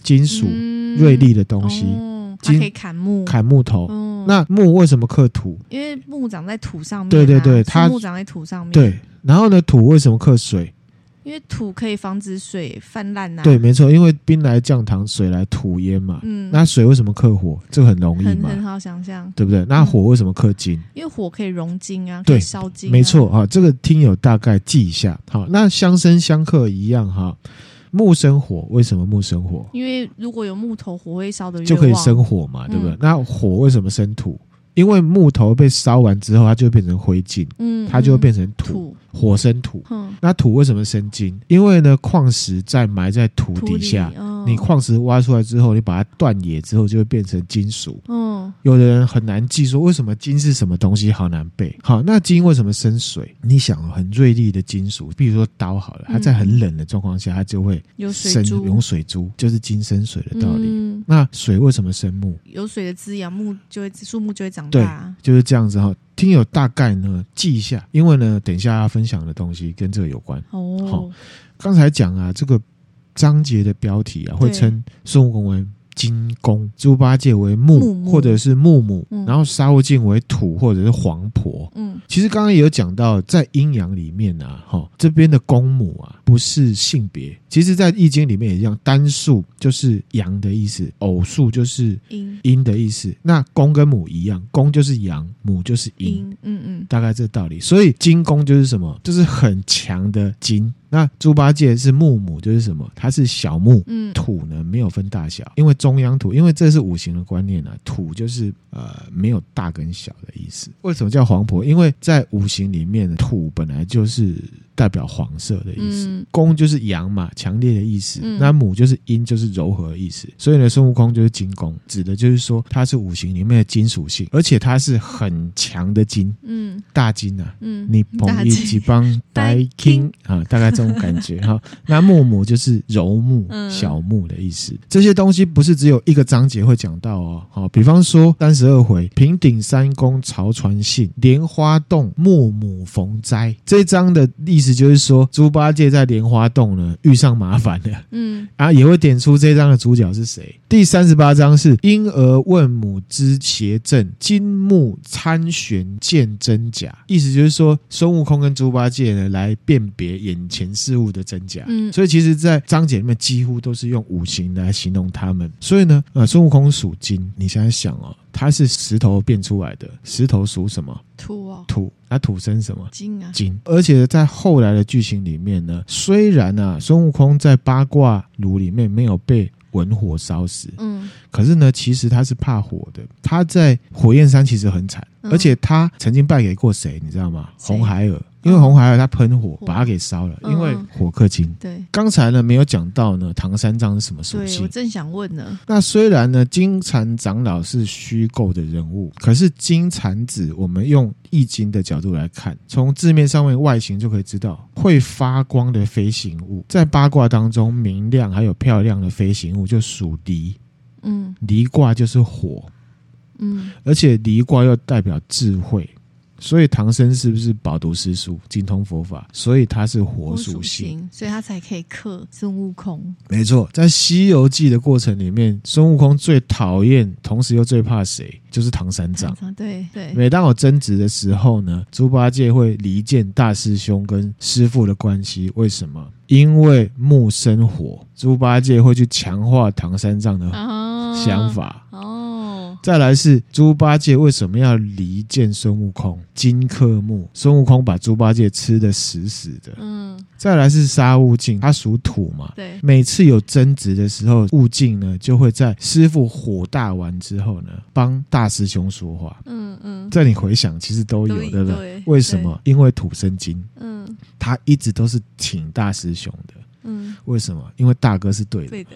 A: 金属、
C: 嗯
A: 锐利的东西，
C: 哦，它
A: 金
C: 可以砍木，
A: 砍木头。
C: 嗯，
A: 那木为什么克土？
C: 因为木长在土上面啊，
A: 对对对
C: 树
A: 它
C: 木长在土上面，，
A: 对，然后呢，土为什么克水？
C: 因为土可以防止水泛滥呐、啊，
A: 对，，没错，因为兵来将挡，水来土掩嘛。
C: 嗯，
A: 那水为什么克火？这个很容易
C: 很
A: 嘛，
C: 很嗯好想象，
A: 对不对？那火为什么克金？
C: 因为火可以融金啊，
A: 对
C: 可以烧金、啊，
A: 没错，啊，这个听友大概记一下。好，那相生相克一样哈。木生火，为什么木生火
C: 因为如果有木头，火会烧的越
A: 就可以
C: 旺
A: 生火嘛？对不对
C: 嗯？
A: 那火为什么生土？因为木头被烧完之后，它就会变成灰烬，
C: 嗯，
A: 它就会
C: 嗯
A: 变成土，
C: 土，
A: 火生土。
C: 嗯，
A: 那土为什么生金？因为呢，矿石在埋在土
C: 土
A: 底下，
C: 嗯、
A: 你矿石挖出来之后，你把它断野之后，就会变成金属。
C: 嗯
A: 有的人很难记，说为什么金是什么东西，好难背。好，那金为什么生水？你想哦，很锐利的金属，比如说刀好了，它在很冷的状况下，它就会
C: 嗯有水
A: 生
C: 珠
A: 用水珠，就是金生水的道理。
C: 嗯
A: 那水为什么生木？
C: 有水的滋养，木就会树木就会长
A: 对
C: 大。
A: 就是这样子哈、听友大概呢记一下，因为呢，等一下要分享的东西跟这个有关。
C: 哦
A: 好，刚才讲啊，这个章节的标题啊，会
C: 对
A: 称孙悟空为金公，猪八戒为木，
C: 木母
A: 或者是木母，
C: 嗯
A: 然后沙悟净为土或者是黄婆。
C: 嗯，
A: 其实刚刚也有讲到，在阴阳里面啊，哈、这边的公母啊，不是性别。其实，在易经里面也一样，单数就是阳的意思，偶数就是
C: 阴
A: 阴的意思。那公跟母一样，公就是阳，母就是阴。
C: 阴，嗯
A: 大概这道理。所以金公就是什么？就是很强的金。那猪八戒是木母，就是什么？它是小木。
C: 嗯嗯
A: 土呢没有分大小，因为中央土，因为这是五行的观念啊，土就是呃没有大跟小的意思。为什么叫黄婆？因为在五行里面，土本来就是代表黄色的意思。
C: 嗯
A: 公就是阳嘛，强烈的意思；
C: 嗯
A: 那母就是阴，就是柔和的意思。所以呢，孙悟空就是金公，指的就是说它是五行里面的金属性，而且它是很强的金，
C: 嗯
A: 大金啊。
C: 嗯，
A: 你捧
C: 大
A: 一
C: 金
A: 起帮白
C: 白
A: 金啊，大概这种感 觉哈。那木母就是柔木、
C: 嗯
A: 小木的意思。这些东西不是只有一个章节会讲到哦。好，比方说三十二回平顶三公曹传信，莲花洞木母逢灾这一章的意思就是说，猪八戒在莲花洞呢遇上麻烦了。
C: 嗯
A: 啊，也会点出这章的主角是谁。第三十八章是婴儿问母之邪正，金木参玄见真假，意思就是说孙悟空跟猪八戒呢来辨别眼前事物的真假。
C: 嗯
A: 所以其实，在章节里面几乎都是用五行来形容他们。所以呢，呃，孙悟空属金，你想想哦，它是石头变出来的，石头属什么？
C: 土哦，
A: 土，那、土生什么？
C: 金啊，
A: 金。而且在后来的剧情里面呢，虽然啊孙悟空在八卦炉里面没有被文火烧死，
C: 嗯
A: 可是呢，其实他是怕火的。他在火焰山其实很惨，
C: 嗯
A: 而且他曾经败给过谁，你知道吗？
C: 谁嗯
A: 红孩儿，因为红孩儿他喷火
C: 火
A: 把他给烧了，
C: 嗯
A: 因为火克金。
C: 对
A: 刚才呢没有讲到呢，唐三藏是什么属
C: 对，
A: 性
C: 我？正想问呢，
A: 那虽然呢，金蝉长老是虚构的人物，可是金蝉子，我们用易经的角度来看，从字面上面外形就可以知道，会发光的飞行物，在八卦当中明亮还有漂亮的飞行物就属离，
C: 嗯
A: 离卦就是火，
C: 嗯
A: 而且离卦又代表智慧。所以唐僧是不是饱读诗书、精通佛法？所以他是火
C: 火
A: 属性。
C: 性，所以他才可以克孙悟空，
A: 没错，在《西游记》的过程里面，孙悟空最讨厌，同时又最怕谁？就是唐三藏。
C: 对对，
A: 每当有争执的时候呢，猪八戒会离间大师兄跟师傅的关系。为什么？因为木生火，猪八戒会去强化唐三藏的
C: 啊
A: 想法。
C: 哦，
A: 再来是猪八戒为什么要离间孙悟空、金克木？孙悟空把猪八戒吃的死死的。
C: 嗯，
A: 再来是沙悟净，他属土嘛，
C: 对，
A: 每次有争执的时候，悟净呢就会在师傅火大完之后呢，帮大师兄说话。
C: 嗯嗯，
A: 这你回想，其实都有，
C: 都
A: 对不对？
C: 对
A: 为什么？因为土生金，
C: 嗯
A: 他一直都是挺大师兄的。
C: 嗯，
A: 为什么？因为大哥是对的。
C: 对的，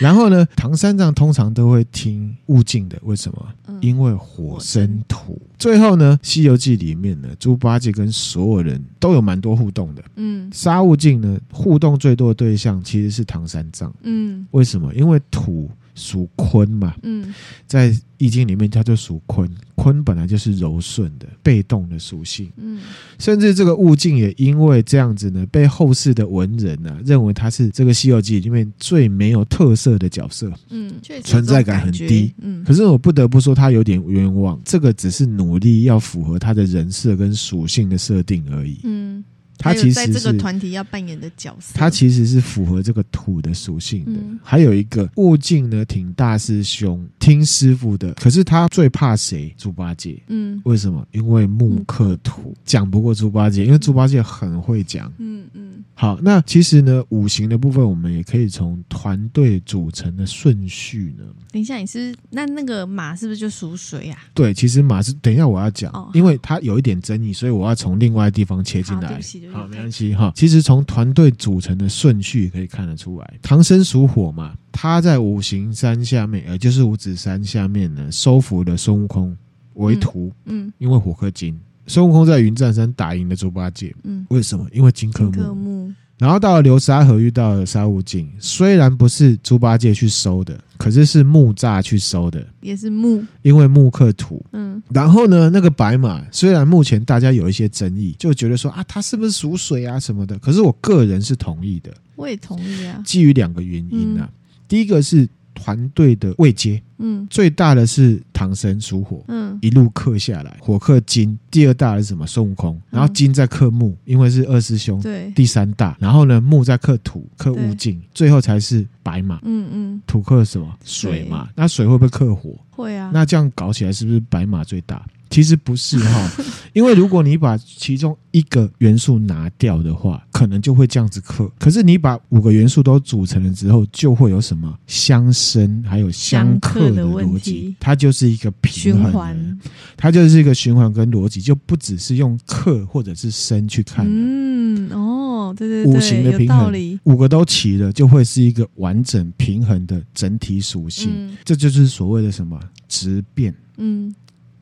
A: 然后呢，唐三藏通常都会听悟净的，为什么？
C: 嗯
A: 因为火生土。最后呢，《西游记》里面呢，猪八戒跟所有人都有蛮多互动的。
C: 嗯
A: 沙悟净呢，互动最多的对象其实是唐三藏。
C: 嗯
A: 为什么？因为土属坤嘛，
C: 嗯
A: 在《易经》里面它就属坤，坤本来就是柔顺的、被动的属性。
C: 嗯
A: 甚至这个悟净也因为这样子呢，被后世的文人啊认为他是这个《西游记》里面最没有特色的角色。
C: 嗯，确实
A: 存在
C: 有这种
A: 感很
C: 觉
A: 低，
C: 嗯
A: 可是我不得不说，他有点冤枉。这个只是努力要符合他的人设跟属性的设定而已。
C: 嗯，
A: 他
C: 还有
A: 其
C: 在
A: 实
C: 这
A: 是
C: 个团体要扮演的角色，
A: 他其实是符合这个土的属性的。
C: 嗯
A: 还有一个悟净呢，挺大师兄，听师傅的，可是他最怕谁？猪八戒。
C: 嗯
A: 为什么？因为木克土，讲不过猪八戒，因为猪八戒很会讲。
C: 嗯嗯
A: 好，那其实呢，五行的部分，我们也可以从团队组成的顺序呢，
C: 等一下，你是那那个马是不是就属水啊？
A: 对，其实马是等一下我要讲，
C: 哦好
A: 因为它有一点争议，所以我要从另外地方切进
C: 好对
A: 来
C: 不起对。不起
A: 好，没关系哈。其实从团队组成的顺序可以看得出来，唐僧属火嘛，他在五行山下面，也就是五指山下面呢，收服了孙悟空为徒，
C: 嗯
A: 因为火克金。孙悟空在云栈山打赢了猪八戒，
C: 嗯，
A: 为什么？因为金克木。
C: 科目
A: 然后到了流沙河遇到了沙悟净，虽然不是猪八戒去收的，可是是木吒去收的，
C: 也是木，
A: 因为木克土。
C: 嗯
A: 然后呢，那个白马虽然目前大家有一些争议，就觉得说啊，它是不是属水啊什么的，可是我个人是同意的，
C: 我也同意啊，
A: 基于两个原因啊。第一个是团队的位阶，
C: 嗯
A: 最大的是唐僧属火，
C: 嗯
A: 一路克下来，火克金；第二大的是什么？孙悟空，然后金在克木，因为是二师兄。
C: 对，
A: 第三大，然后呢，木在克土，克悟净，最后才是白马。
C: 嗯嗯
A: 土克什么水嘛？那水会不会克火？
C: 会啊，
A: 那这样搞起来是不是白马最大？其实不是 哈，因为如果你把其中一个元素拿掉的话，可能就会这样子克。可是你把五个元素都组成了之后，就会有什么相生还有相克
C: 相克的问
A: 逻
C: 题
A: 辑，它就是一个
C: 循
A: 平衡
C: 环
A: 的，它就是一个循环跟逻辑，就不只是用克或者是生去看了。
C: 嗯哦，对对对，
A: 五行的
C: 有
A: 平
C: 道
A: 衡
C: 理，，
A: 五个都齐了，就会是一个完整平衡的整体属性。
C: 嗯
A: 这就是所谓的什么质变。
C: 嗯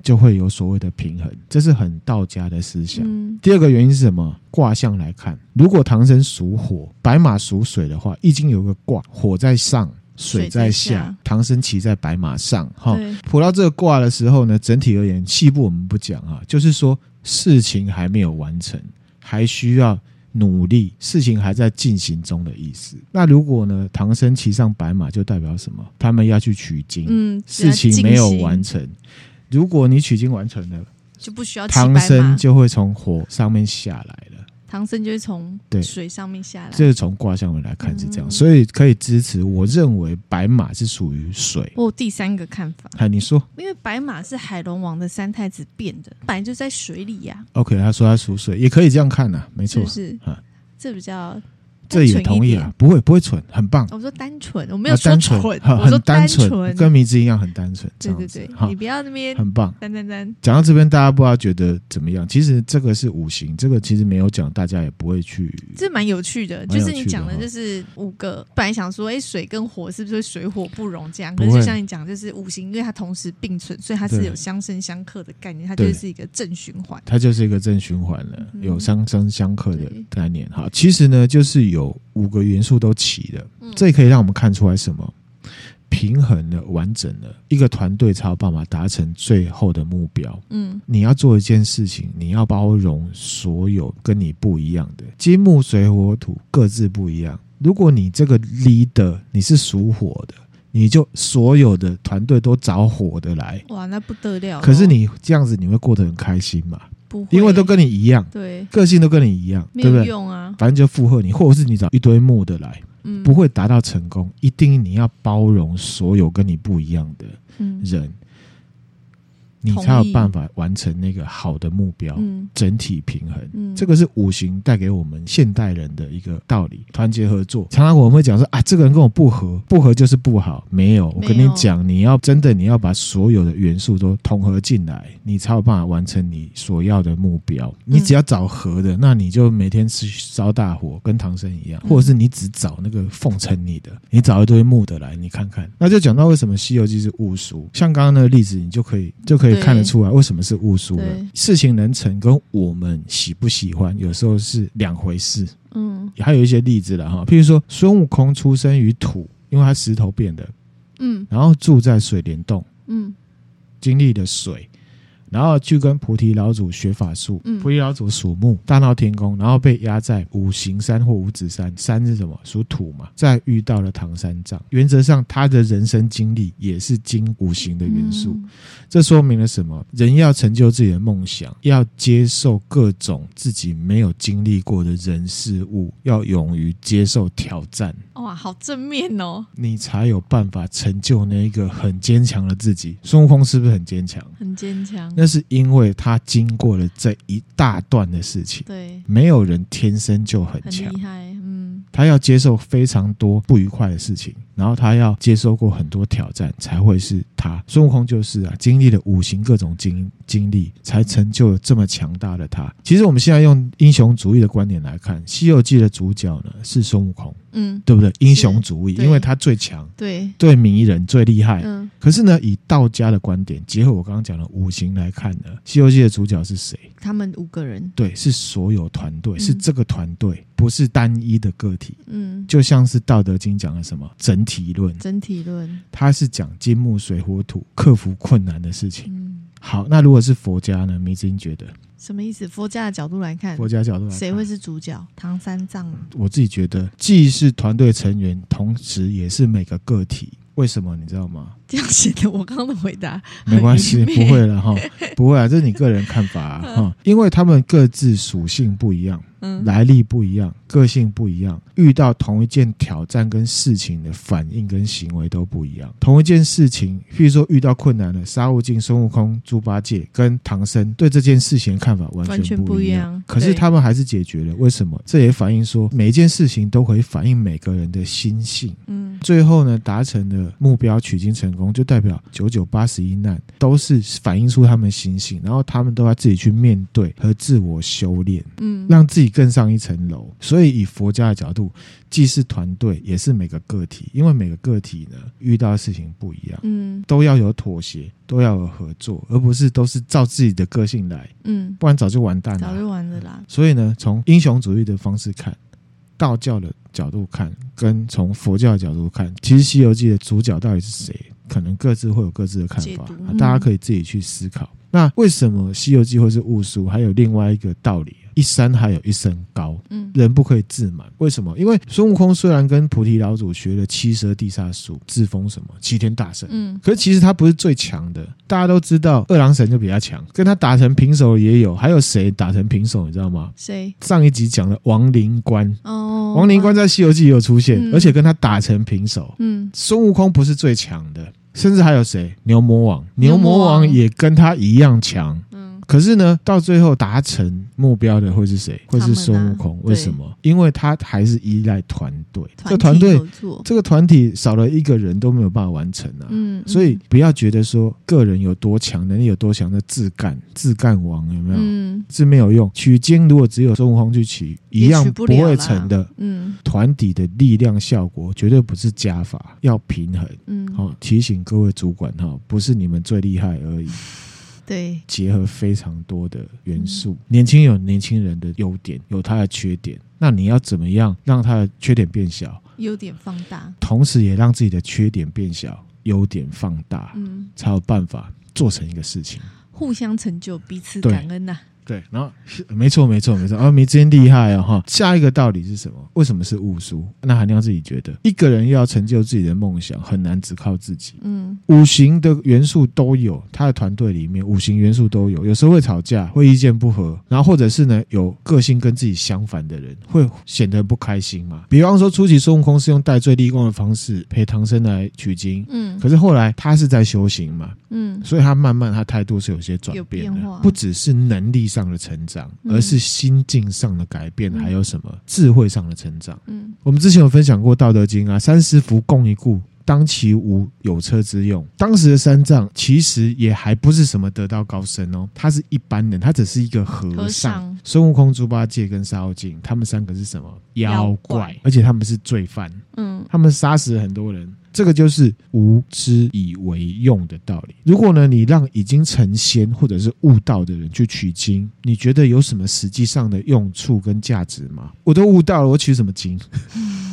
A: 就会有所谓的平衡，这是很道家的思想。
C: 嗯
A: 第二个原因是什么？卦象来看，如果唐僧属火，白马属水的话，《易经》有个卦，火在上，水在下，
C: 水在下
A: 唐僧骑在白马上。哈，
C: 对，
A: 卜到这个卦的时候呢，整体而言，细部我们不讲啊，就是说事情还没有完成，还需要努力，事情还在进行中的意思。那如果呢，唐僧骑上白马，就代表什么？他们要去取经。
C: 嗯，只
A: 事
C: 要
A: 情
C: 进
A: 没有
C: 行
A: 完成。如果你取经完成了，
C: 就不需要骑
A: 唐
C: 白马
A: 僧就会从火上面下来了。
C: 唐僧就会从
A: 对
C: 水上面下来
A: 这。是从卦象来看是这样，
C: 嗯
A: 所以可以支持。我认为白马是属于水。
C: 我有哦第三个看法，
A: 哎，你说
C: 因为白马是海龙王的三太子变的，本来就在水里呀、
A: OK？他说他属水，也可以这样看呐、没
C: 是
A: 错
C: 不，是？
A: 啊
C: 这比较
A: 这
C: 单
A: 也
C: 纯一
A: 同意
C: 点哦
A: 啊，。不会不会蠢，很棒。
C: 我说单纯，我没有
A: 啊
C: 说
A: 单
C: 蠢，
A: 纯，很
C: 我说
A: 很单
C: 纯。
A: 跟迷之一样很单纯，这
C: 对
A: 样
C: 对
A: 子
C: 对，
A: 哈
C: 你，不要那边
A: 很棒。
C: 单单单，
A: 讲到这边，大家不知道觉得怎么样？其实这个是五行，这个其实没有讲，大家也不会去
C: 这蛮有趣的。
A: 蛮有
C: 就
A: 趣的
C: 是你讲的，
A: 哈
C: 就是五个，本来想说，哎，水跟火是不是水火不容这样？可
A: 不
C: 是
A: 会
C: 就像你讲，就是五行，因为它同时并存，所以它是
A: 对
C: 有相生相克的概念，它就
A: 对
C: 是一个正循环。
A: 它就是一个正循环了，
C: 嗯
A: 有相生相克的
C: 对
A: 概念哈。其实呢，就是有五个元素都齐了，
C: 嗯
A: 这可以让我们看出来什么平衡了、完整了，一个团队才有办法达成最后的目标。
C: 嗯
A: 你要做一件事情，你要包容所有跟你不一样的金木水火土各自不一样。如果你这个 leader 你是属火的，你就所有的团队都找火的来。
C: 哇，那不得了咯！
A: 可是你这样子，你会过得很开心嘛？
C: 不会，
A: 因为都跟你一样。
C: 对
A: 个性都跟你一样，
C: 没
A: 对不
C: 有
A: 对？
C: 用啊。
A: 反正就附和你，或者是你找一堆木的来，
C: 嗯
A: 不会达到成功，一定你要包容所有跟你不一样的
C: 嗯
A: 人，你
C: 同意
A: 才有办法完成那个好的目标，
C: 嗯
A: 整体平衡。
C: 嗯，
A: 这个是五行带给我们现代人的一个道理，团结合作。常常我们会讲说啊，这个人跟我不合，不合就是不好。没有，我跟
C: 没
A: 你
C: 有
A: 讲，你要真的你要把所有的元素都统合进来，你才有办法完成你所要的目标。
C: 嗯
A: 你只要找合的，那你就每天吃烧大火，跟唐僧一样，
C: 嗯
A: 或者是你只找那个奉承你的，你找一堆木的来，你看看。那就讲到为什么《西游记》是务书，像刚刚那个例子，你就可以就可以
C: 对
A: 看得出啊来为什么是务书了
C: 对。
A: 事情能成跟我们喜不喜欢有时候是两回事。
C: 嗯
A: 还有一些例子了哈，譬如说孙悟空出生于土，因为他石头变的，
C: 嗯
A: 然后住在水帘洞，
C: 嗯
A: 经历了水，然后去跟菩提老祖学法术。
C: 嗯
A: 菩提老祖属木，大闹天宫，然后被压在五行山或五指山。山是什么？属土嘛。再遇到了唐三藏，原则上他的人生经历也是经五行的元
C: 嗯
A: 素。这说明了什么？人要成就自己的梦想，要接受各种自己没有经历过的人事物，要勇于接受挑战。
C: 嗯哇，好正面哦，
A: 你才有办法成就那一个很坚强的自己。孙悟空是不是很坚强？
C: 很坚强。
A: 那是因为他经过了这一大段的事情。
C: 对，
A: 没有人天生就很
C: 很
A: 强
C: 厉，害。嗯
A: 他要接受非常多不愉快的事情，然后他要接受过很多挑战，才会是他。孙悟空就是啊，经历了五行各种经经历，才成就了这么强大的他。其实我们现在用英雄主义的观点来看，《西游记》的主角呢是孙悟空，
C: 嗯，
A: 对不对？英雄主义，
C: 对
A: 因为他最强、
C: 对，
A: 最迷人、最厉害。
C: 嗯
A: 可是呢，以道家的观点，结合我刚刚讲的五行来看呢，《西游记》的主角是谁？
C: 他们五个人，
A: 对，是所有团队，
C: 嗯
A: 是这个团队，不是单一的个体。
C: 嗯，
A: 就像是《道德经》讲的什么整体论，
C: 整体论，
A: 它是讲金木水火土克服困难的事情。
C: 嗯，
A: 好，那如果是佛家呢？迷之音觉得
C: 什么意思？佛家的角度来看，
A: 佛家角度来看，
C: 嗯谁会是主角？唐三藏 吗？
A: 我自己觉得，既是团队成员，同时也是每个个体。为什么你知道 吗？
C: 这样显得我刚刚的回答
A: 没关 系，
C: 很愚昧
A: 不会了哈，不会啊，这是你个人看法 啊哈，因为他们各自属性不一样，
C: 嗯
A: 来历不一样，个性不一样，遇到同一件挑战跟事情的反应跟行为都不一样。同一件事情，譬如说遇到困难了，沙悟净、孙悟空、猪八戒跟唐僧对这件事情的看法完
C: 完
A: 全
C: 全
A: 不
C: 不
A: 一
C: 一
A: 样。
C: 样
A: 可是
C: 对
A: 他们还是解决了，为什么？这也反映说每一件事情都可以反映每个人的心性。
C: 嗯
A: 最后呢，达成了目标，取经成功，就代表九九八十一难都是反映出他们心性，然后他们都要自己去面对和自我修炼。
C: 嗯，
A: 让自己更上一层楼。所以以佛家的角度，既是团队，也是每个个体，因为每个个体呢遇到的事情不一样，
C: 嗯
A: 都要有妥协，都要有合作，而不是都是照自己的个性来，
C: 嗯，
A: 不然早就完蛋
C: 早
A: 了。
C: 就完了啦。
A: 所以呢，从英雄主义的方式看。道教的角度看，跟从佛教的角度看，其实《西游记》的主角到底是谁，可能各自会有各自的看
C: 解
A: 法，
C: 读
A: 啊
C: 嗯
A: 大家可以自己去思考。那为什么《西游记》会是误书？还有另外一个道理，一山还有一山高。
C: 嗯
A: 人不可以自满，为什么？因为孙悟空虽然跟菩提老祖学了七蛇地煞术、自封什么齐天大圣，
C: 嗯
A: 可是其实他不是最强的。大家都知道，二郎神就比他强，跟他打成平手也有，还有谁打成平手？你知道吗？
C: 谁？
A: 上一集讲了王灵官，
C: 哦，
A: 王灵官在《西游记》也有出现，
C: 嗯
A: 而且跟他打成平手。
C: 嗯，
A: 孙悟空不是最强的，甚至还有谁？牛魔王，牛
C: 牛
A: 魔
C: 魔王
A: 王也跟他一样强。
C: 嗯
A: 可是呢，到最后达成目标的会是谁？会是孙悟空？
C: 啊对
A: 为什么？因为他还是依赖团队，这
C: 体
A: 团队
C: 合作，
A: 这个团体少了一个人都没有办法完成啊。
C: 嗯，
A: 所以
C: 嗯
A: 不要觉得说个人有多强，能力有多强的自干自干王有没有？
C: 嗯
A: 是没有用。取经如果只有孙悟空去取，一样
C: 也取
A: 不
C: 不了啦
A: 会成的。
C: 嗯
A: 团体的力量效果绝对不是加法，要平衡。
C: 嗯，
A: 好、提醒各位主管哈、哦不是你们最厉害而已，
C: 对，
A: 结合非常多的元素。
C: 嗯
A: 年轻有年轻人的优点，有他的缺点，那你要怎么样让他的缺点变小，
C: 优点放大，
A: 同时也让自己的缺点变小，优点放大，
C: 嗯，
A: 才有办法做成一个事情。
C: 互相成就，彼此
A: 对
C: 感恩呐。
A: 对，然后是没错没错没错，啊，你真厉害哦哈！下一个道理是什么？为什么是悟书？那韩亮自己觉得，一个人要成就自己的梦想，很难只靠自己。
C: 嗯，
A: 五行的元素都有，他的团队里面五行元素都有，有时候会吵架，会意见不合，然后或者是呢有个性跟自己相反的人，会显得不开心嘛。比方说初期孙悟空是用戴罪立功的方式陪唐僧来取经，
C: 嗯
A: 可是后来他是在修行嘛，
C: 嗯
A: 所以他慢慢他态度是有些转变
C: 有变化
A: 的，不只是能力上的成长，
C: 嗯
A: 而是心境上的改变，
C: 嗯
A: 还有什么智慧上的成长。
C: 嗯
A: 我们之前有分享过《道德经》啊，三十福共一顾。当其无有车之用，当时的三藏其实也还不是什么得道高僧哦，他是一般人，他只是一个和尚。
C: 和尚
A: 孙悟空、猪八戒跟沙悟净，他们三个是什么
C: 妖
A: 妖
C: 怪
A: 怪？而且他们是罪犯，
C: 嗯
A: 他们杀死了很多人，这个就是无知以为用的道理。如果呢，你让已经成仙或者是悟道的人去取经，你觉得有什么实际上的用处跟价值吗？我都悟道了，我取什么经？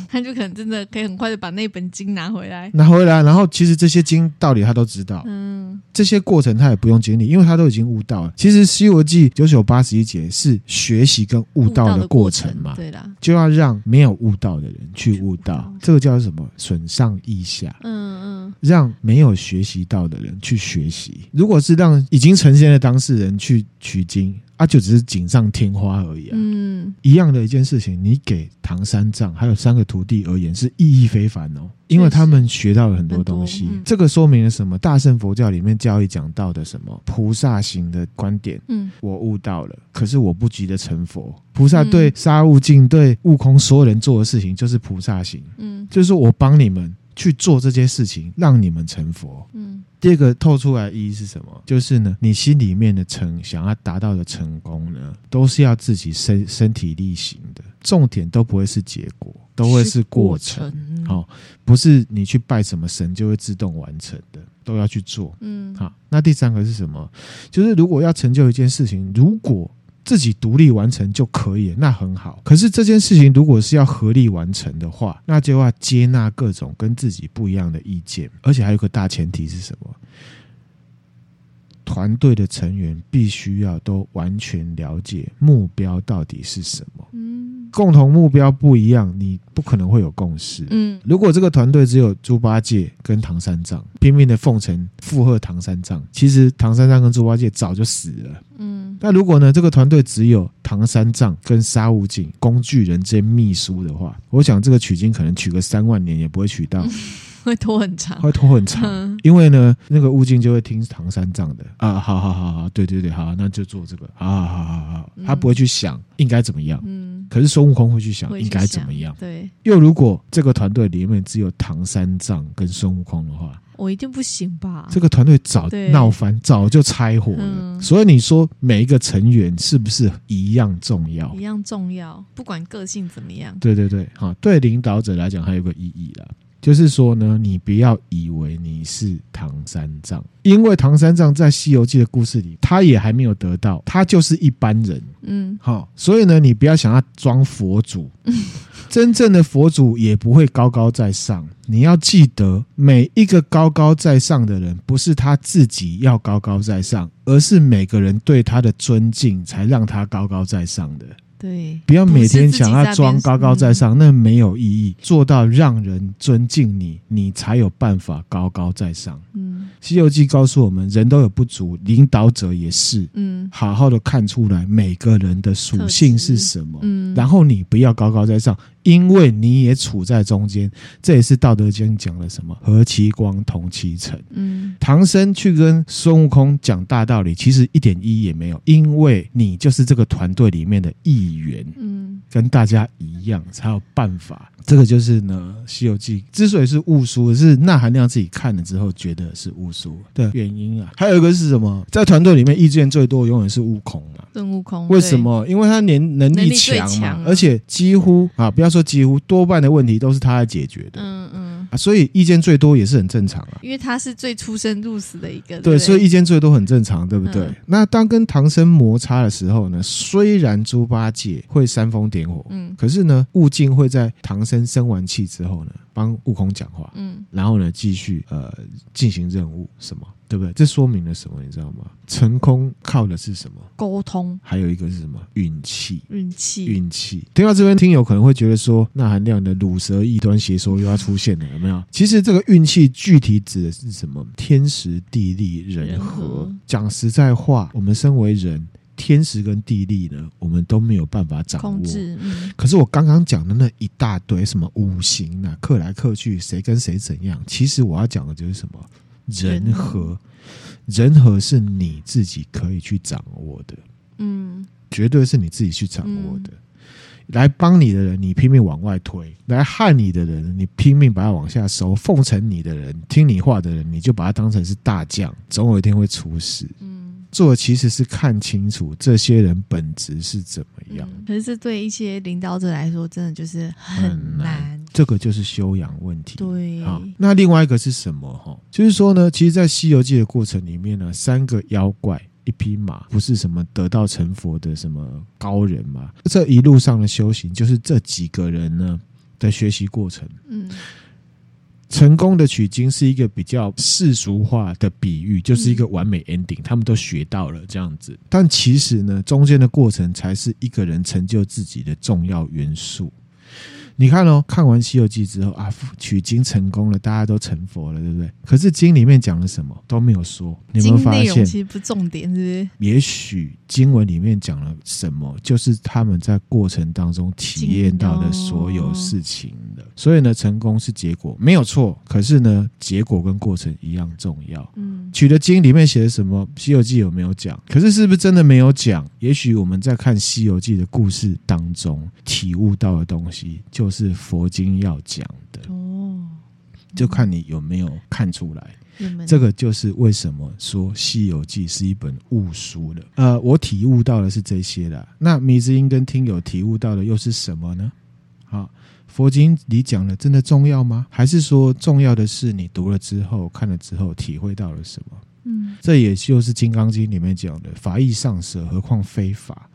C: 他就可能真的可以很快的把那本经拿回来。
A: 拿回来，然后其实这些经道理他都知道，
C: 嗯
A: 这些过程他也不用经历，因为他都已经悟道了。其实《西游记》九九八十一节是学习跟
C: 嗯
A: 悟道的过程嘛。
C: 对啦，
A: 就要让没有悟道的人去悟道
C: 嗯，
A: 这个叫什么？损上益下。
C: 嗯嗯
A: 让没有学习到的人去学习。如果是让已经成仙的当事人去取经，啊，就只是锦上添花而已啊。
C: 嗯，
A: 一样的一件事情，你给唐三藏还有三个徒弟而言是意义非凡哦，因为他们学到了很多东西
C: 嗯很多嗯。
A: 这个说明了什么？大乘佛教里面教义讲到的什么菩萨行的观点。
C: 嗯
A: 我悟到了，可是我不急着成佛。菩萨对沙悟净、对悟空所有人做的事情，就是菩萨行。
C: 嗯
A: 就是我帮你们去做这些事情，让你们成佛。
C: 嗯
A: 第二个透出来的意义是什么？就是呢，你心里面的成想要达到的成功呢，都是要自己身身体力行的，重点都不会是结果，都会是过程。
C: 程
A: 好、不是你去拜什么神就会自动完成的，都要去做。
C: 嗯
A: 好，那第三个是什么？就是如果要成就一件事情，如果自己独立完成就可以了，那很好。可是这件事情如果是要合力完成的话，那就要接纳各种跟自己不一样的意见，而且还有一个大前提是什么？团队的成员必须要都完全了解目标到底是什么，
C: 嗯
A: 共同目标不一样，你不可能会有共识。
C: 嗯
A: 如果这个团队只有猪八戒跟唐三藏拼命的奉承附和唐三藏，其实唐三藏跟猪八戒早就死了。
C: 嗯
A: 那如果呢，这个团队只有唐三藏跟沙悟净工具人兼秘书的话，我想这个取经可能取个三万年也不会取到，
C: 会拖很长。
A: 会拖很长。
C: 嗯
A: 因为呢，那个悟净就会听唐三藏的啊，好好好好，对对对，好，那就做这个，好好好好好，他不会去想应该怎么样。
C: 嗯，
A: 可是孙悟空会去想
C: 会去
A: 应该怎么
C: 想
A: 样，
C: 对
A: 又如果这个团队里面只有唐三藏跟孙悟空的话，
C: 我一定不行吧？
A: 这个团队早
C: 对
A: 闹翻，早就拆伙了。
C: 嗯
A: 所以你说每一个成员是不是一样重要？
C: 一样重要，不管个性怎么样。
A: 对对对，哈，对领导者来讲还有个意义啦，就是说呢，你不要以为你是唐三藏，因为唐三藏在《西游记》的故事里，他也还没有得到，他就是一般人。
C: 嗯
A: 好、所以呢，你不要想要装佛 祖，真正的佛祖也不会高高在上。你要记得，每一个高高在上的人，不是他自己要高高在上，而是每个人对他的尊敬，才让他高高在上的。
C: 对，
A: 不要每天想要装高
C: 嗯
A: 高在上，那嗯没有意义。做到让人尊敬你，你才有办法高高在上。
C: 嗯
A: 《西游记》告诉我们，人都有不足，领导者也是。
C: 嗯
A: 好好的看出来每个人的属性是什么，
C: 嗯，
A: 然
C: 后
A: 后你不要高高在上，因为你也处在中间。这也是《道德经》讲的什么“和其光，同其尘”。
C: 嗯
A: 唐僧去跟孙悟空讲大道理，其实一点意义也没有，因为你就是这个团队里面的一员，
C: 嗯
A: 跟大家一样才有办法。这个就是呢，《西游记》之所以是悟书，是那含量自己看了之后觉得是悟书的原因啊。还有一个是什么？在团队里面意见最多，永远是悟空啊。
C: 孙悟空
A: 为什？么？因为他年能
C: 能
A: 力
C: 力最
A: 强嘛
C: 强，啊
A: 而且几乎啊，不要说几乎，多半的问题都是他来解决
C: 对
A: 的
C: 嗯嗯，
A: 啊，所以意见最多也是很正常啊。
C: 因为他是最出生入死的一个，
A: 对，
C: 不
A: 所以意见最多很正常，对不对
C: 嗯？
A: 那当跟唐僧摩擦的时候呢，虽然猪八戒会煽风点火，
C: 嗯
A: 可是呢，悟净会在唐僧生完气之后呢，帮悟空讲话，
C: 嗯，
A: 然后呢继续呃进行任务什么，对不对？这说明了什么？你知道吗？成功靠的是什么？
C: 沟通、
A: 还有一个是什么？运气。
C: 运气，
A: 运气。听到这边，听友可能会觉得说，那含量的乳蛇异端邪说又要出现了，有没有？其实这个运气具体指的是什么？天时、地利、人
C: 人
A: 和
C: 和。
A: 讲实在话，我们身为人，天时跟地利呢，我们都没有办法掌握
C: 控。制，嗯，
A: 可是我刚刚讲的那一大堆什么五行啊，克来克去，谁跟谁怎样，其实我要讲的就是什么人
C: 人
A: 和，人和是你自己可以去掌握的。
C: 嗯，
A: 绝对是你自己去掌握的。来帮你的人，你拼命往外推；来害你的人，你拼命把他往下收；奉承你的人，听你话的人，你就把他当成是大将，总有一天会出事。
C: 嗯，
A: 做的其实是看清楚这些人本质是怎么样，
C: 嗯。可是这对一些领导者来说，真的就是很难。
A: 这个就是修养问题。
C: 对，
A: 啊，那另外一个是什么？哈，就是说呢，其实，在《西游记》的过程里面呢，三个妖怪。一匹马不是什么得道成佛的什么高人嘛？这一路上的修行，就是这几个人呢的学习过程。
C: 嗯
A: 成功的取经是一个比较世俗化的比喻，就是一个完美
C: 嗯
A: ending，、他们都学到了这样子。但其实呢，中间的过程才是一个人成就自己的重要元素。你看哦，看完《西游记》之后啊，取经成功了，大家都成佛了，对不对？可是经里面讲了什么都没有说，你有
C: 经
A: 没有发
C: 内容
A: 现？
C: 其实不重点，是不是？
A: 也许经文里面讲了什么，就是他们在过程当中体验到的所有事情的。所以呢，成功是结果，没有错。可是呢，结果跟过程一样重要。
C: 嗯
A: 取的经里面写的什么，《西游记》有没有讲？可是是不是真的没有讲？也许我们在看《西游记》的故事当中体悟到的东西，就是佛经要讲的，
C: 哦，
A: 就看你有没有看出来。
C: 你们
A: 这个就是为什么说《西游记》是一本悟书了。呃，我体悟到的是这些啦。那迷之音跟听友体悟到的又是什么呢？啊，佛经里讲的真的重要吗？还是说重要的是你读了之后、看了之后体会到了什么？
C: 嗯
A: 这也就是《金刚经》里面讲的“法义上舍，何况非法”。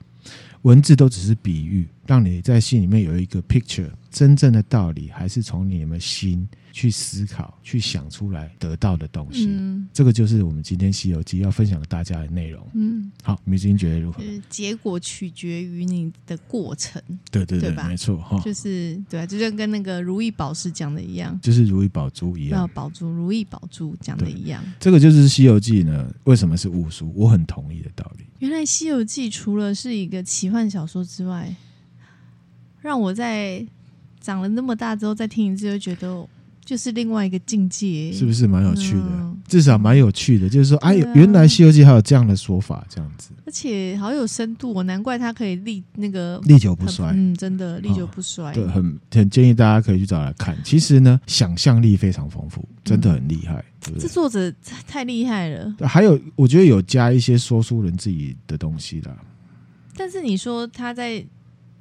A: 文字都只是比喻，让你在心里面有一个 picture。真正的道理还是从你们心去思考、去想出来得到的东西。
C: 嗯
A: 这个就是我们今天《西游记》要分享给大家的内容。
C: 嗯，
A: 好，迷之音觉得如何
C: 就？是结果取决于你的过程，
A: 对对
C: 对吧
A: 没错哈，
C: 就是对啊，就像跟那个如意宝石讲的一样，
A: 就是如意宝珠一
C: 要
A: 样。
C: 保住如意宝珠讲的一样。
A: 这个就是《西游记》呢，为什么是巫术？我很同意的道理。
C: 原来《西游记》除了是一个奇幻小说之外，让我在长了那么大之后再听一次，就觉得就是另外一个境界，
A: 是不是蛮有趣的？
C: 嗯
A: 至少蛮有趣的，就是说，哎、
C: 对啊
A: 原来《西游记》还有这样的说法，这样子
C: 而且好有深度哦，难怪它可以历那个
A: 历久不
C: 很
A: 衰。哦
C: 嗯，真的历久不衰。
A: 对，很很建议大家可以去找来看。其实呢，想象力非常丰富，真
C: 嗯
A: 的很厉害，对不
C: 这
A: 对？
C: 作者太太厉害了，
A: 还有，我觉得有加一些说书人自己的东西啦。
C: 但是你说他在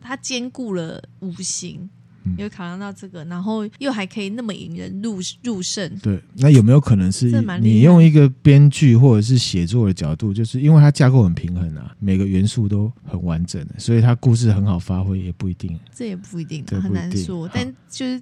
C: 他兼顾了五行
A: 嗯。
C: 有考量到这个，然后又还可以那么引人入入胜，
A: 对，那有没有可能是
C: 这蛮厉害
A: 你用一个编剧或者是写作的角度，就是因为它架构很平衡啊，每个元素都很完整，所以它故事很好发挥也不一定。
C: 这也不一定
A: 对
C: 啊，很
A: 不一
C: 难
A: 定
C: 说
A: 好。
C: 但就是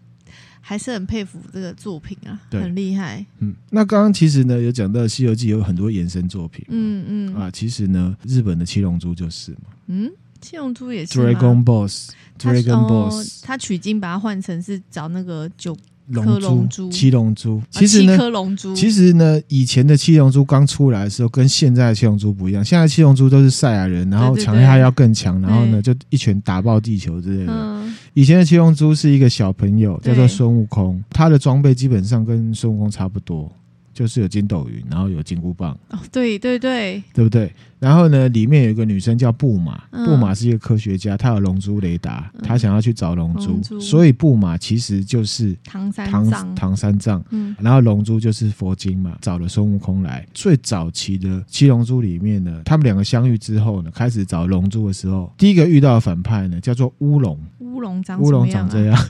C: 还是很佩服这个作品啊，
A: 对
C: 很厉害。
A: 嗯，那刚刚其实呢有讲到《西游记》有很多延伸作品，
C: 嗯嗯
A: 啊，其实呢日本的《七龙珠》就是嘛，
C: 嗯，七龙珠也
A: 《
C: 是吗
A: Dragon Boss》。
C: 它是
A: Dragon
C: 哦
A: Boss、
C: 他取经把它换成是找那个九啊
A: 龙
C: 颗
A: 珠
C: 龙、珠啊
A: 七龙珠，其实
C: 七
A: 呢，
C: 颗龙珠，
A: 其实呢，以前的七龙珠刚出来的时候，跟现在的七龙珠不一样。现在七龙珠都是赛亚人，然后
C: 对对
A: 强压要更强，
C: 对
A: 然后呢就一拳打爆地球之类的。
C: 嗯
A: 以前的七龙珠是一个小朋友，叫
C: 对
A: 做孙悟空，他的装备基本上跟孙悟空差不多，就是有筋斗云，然后有金箍棒，
C: 哦，对对对，
A: 对不对？然后呢，里面有一个女生叫布玛，
C: 嗯
A: 布玛是一个科学家，她有龙珠雷达，
C: 嗯
A: 她想要去找龙珠，
C: 龙珠
A: 所以布玛其实就是
C: 唐三
A: 唐
C: 藏，
A: 唐三藏。
C: 嗯
A: 然后龙珠就是佛经嘛，找了孙悟空来。最早期的七龙珠里面呢，他们两个相遇之后呢，开始找龙珠的时候，第一个遇到的反派呢叫做乌龙，
C: 乌龙长
A: 乌龙
C: 什
A: 长
C: 么
A: 这
C: 样
A: 样，
C: 啊，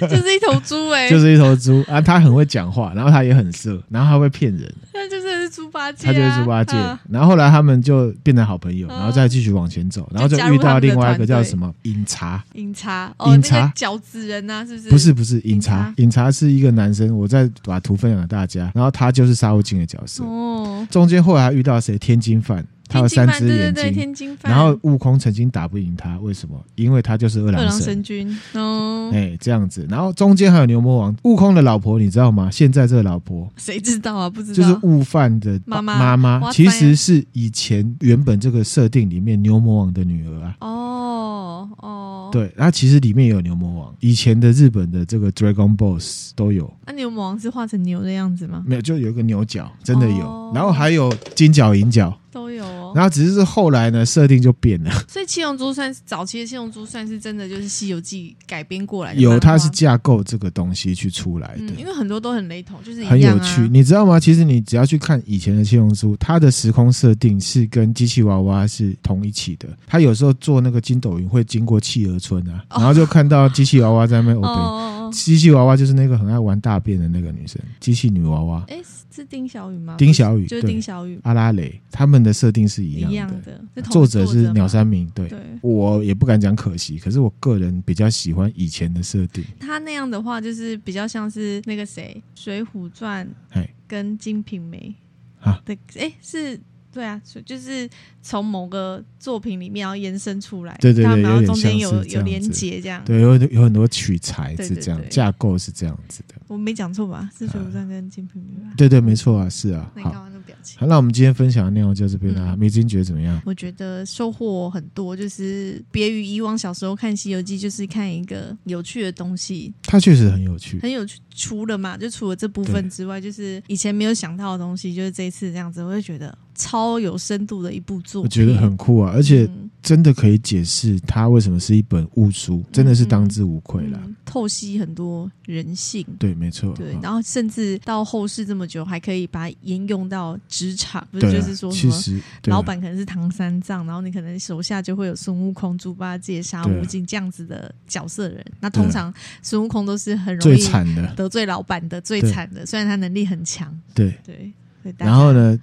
C: 就是 一头猪哎，
A: 就是一头猪啊，他很会讲话，然后他也很色，然后他会骗人，
C: 那就是猪八戒、啊，
A: 他就是猪八 戒
C: 啊。
A: 然后后来他们就变成好朋友，
C: 啊
A: 然后再继续往前走，然后就
C: 加入
A: 遇到
C: 他们的
A: 另外一个
C: 团队
A: 叫什么饮茶，
C: 饮茶哦，
A: 饮
C: 那
A: 茶
C: 个饺子人呐、是不是？
A: 不是不是饮
C: 饮
A: 茶
C: 茶，
A: 饮茶是一个男生，我再把图分享给大家。然后他就是沙悟净的角色。
C: 哦，
A: 中间后来还遇到谁？天津饭，他有三
C: 天津饭
A: 只眼
C: 对对对，
A: 睛。
C: 天津饭，
A: 然后悟空曾经打不赢他，为什么？因为他就是二
C: 二
A: 郎
C: 郎
A: 神。
C: 神君，哦，
A: 哎、这样子，然后中间还有牛魔王，悟空的老婆，你知道吗？现在这个老婆
C: 谁知道啊？不知道，
A: 就是悟饭的
C: 妈妈
A: 妈妈
C: 哇
A: 其
C: 塞
A: 实是以前原本这个设定里面牛魔王的女儿啊。
C: 哦哦，，
A: 对，然后其实里面也有牛魔王，以前的日本的这个 Dragon Boss 都有，
C: 那、牛魔王是画成牛的样子吗？
A: 没有就有一个牛角，真的有，
C: 哦
A: 然后还有金角银角，
C: 都有哦，
A: 然后只是后来呢设定就变了，
C: 所以七龙珠算是早期的七龙珠，算是真的就是《西游记》改编过来的漫画，
A: 有它是架构这个东西去出来的
C: 嗯，。因为很多都很雷同，就是一
A: 很有
C: 样啊
A: 趣，你知道吗？其实你只要去看以前的七龙珠，它的时空设定是跟机器娃娃是同一起的。它有时候做那个筋斗云会经过企鹅村啊，然后就看到机器娃娃在那 边
C: 哦
A: o
C: 哦哦
A: p，机器娃娃就是那个很爱玩大便的那个女生，机器女娃娃
C: 哎、是是丁小雨吗？
A: 丁小雨
C: 就是
A: 对
C: 丁小雨
A: 阿拉蕾，他们的设定是一
C: 一
A: 样
C: 样
A: 的。
C: 的，是同
A: 作者
C: 作
A: 是
C: 吗
A: 鸟山明，对。
C: 对。
A: 我也不敢讲可惜，可是我个人比较喜欢以前的设定。
C: 他那样的话，就是比较像是那个谁，《水浒传
A: 嘿》
C: 跟《金瓶梅
A: 啊》
C: 的，哎、是，对啊，所以就是从某个作品里面要延伸出来，
A: 对对对
C: 他们然
A: 有
C: 后
A: 点
C: 中间
A: 像是
C: 有
A: 这样
C: 有连
A: 子
C: 结这样。
A: 对，有有很多取材
C: 嗯对
A: 是
C: 对
A: 这样，
C: 对
A: 架构是这样子的。
C: 我没讲错吧？是《水浒传》跟《金瓶梅》吧？
A: 对对，没错啊，是啊。
C: 嗯那你
A: 好
C: 看，完那个表情。
A: 好，那我们今天分享的内容就这边啦、
C: 嗯
A: 美金觉得怎么样？
C: 我觉得收获很多，就是别于以往小时候看《西游记》，就是看一个有趣的东西，
A: 它确实很有趣。
C: 很有趣。除了嘛，就除了这部
A: 嗯对
C: 分之外，就是以前没有想到的东西，就是这一次这样子，我就觉得超有深度的一部作品。
A: 我觉得很酷啊，而且
C: 嗯
A: 真的可以解释它为什么是一本物书，真的是当之无愧啦。嗯
C: 嗯透析很多人性。
A: 对，没错。
C: 对
A: 好，
C: 然后甚至到后世这么久，还可以把它沿用到职场，不是
A: 对啊，
C: 就是说什
A: 其
C: 么
A: 实对啊
C: 老板可能是唐三藏，然后你可能手下就会有孙悟空、猪八戒、沙
A: 对啊
C: 悟净这样子的角色人。那
A: 对啊
C: 通常孙悟空都是很容
A: 最
C: 易
A: 惨的，
C: 得罪老板的、最
A: 对
C: 惨的，虽然他能力很强，
A: 对。
C: 对。所以大家
A: 然后？呢，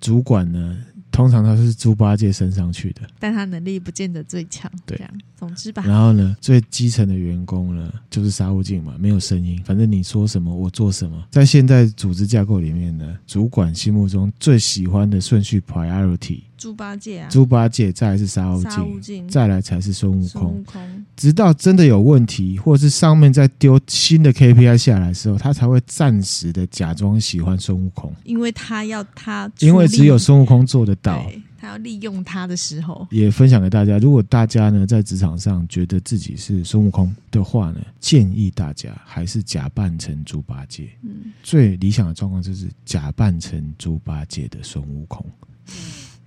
A: 主管呢，通常他是猪八戒升上去的。
C: 但他能力不见得最强。
A: 对
C: 这样总之吧，
A: 然后呢，最基层的员工呢，就是沙悟净嘛，没有声音，反正你说什么我做什么。在现在组织架构里面呢，主管心目中最喜欢的顺序 priority，
C: 猪八戒啊，
A: 猪八戒，再来是沙悟
C: 沙悟
A: 净，
C: 净、
A: 再来才是孙悟
C: 孙悟
A: 空。
C: 空，
A: 直到真的有问题，或者是上面在丢新的 KPI 下来的时候，他才会暂时的假装喜欢孙悟空，
C: 因为他要他出力，
A: 因为只有孙悟空做得到。
C: 对，他要利用他的时候，
A: 也分享给大家。如果大家呢在职场上觉得自己是孙悟空的话呢，建议大家还是假扮成猪八戒。
C: 嗯，
A: 最理想的状况就是假扮成猪八戒的孙悟空。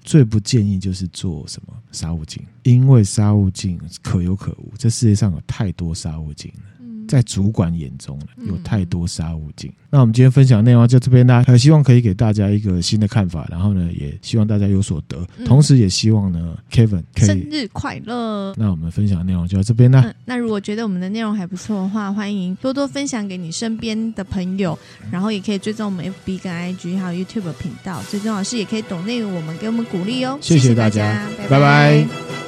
A: 最不建议就是做什么沙悟净，因为沙悟净可有可无。这世界上有太多沙悟净了，
C: 嗯
A: 在主管眼中呢
C: 嗯
A: 有太多沙悟净。那我们今天分享的内容就这边啦，呃，希望可以给大家一个新的看法，然后呢，也希望大家有所得，
C: 嗯
A: 同时也希望呢，Kevin 可
C: 生
A: 以。啊
C: 日快乐。
A: 那我们分享的内容就到这边啦，
C: 嗯，那如果觉得我们的内容还不错的话，欢迎多多分享给你身边的朋友，然后也可以追踪我们 FB 跟 IG 还有 YouTube 频道。最重要的是，也可以懂内我们，给我们鼓励哦。
A: 谢谢
C: 谢
A: 大
C: 大
A: 家
C: 家，
A: 拜拜
C: 拜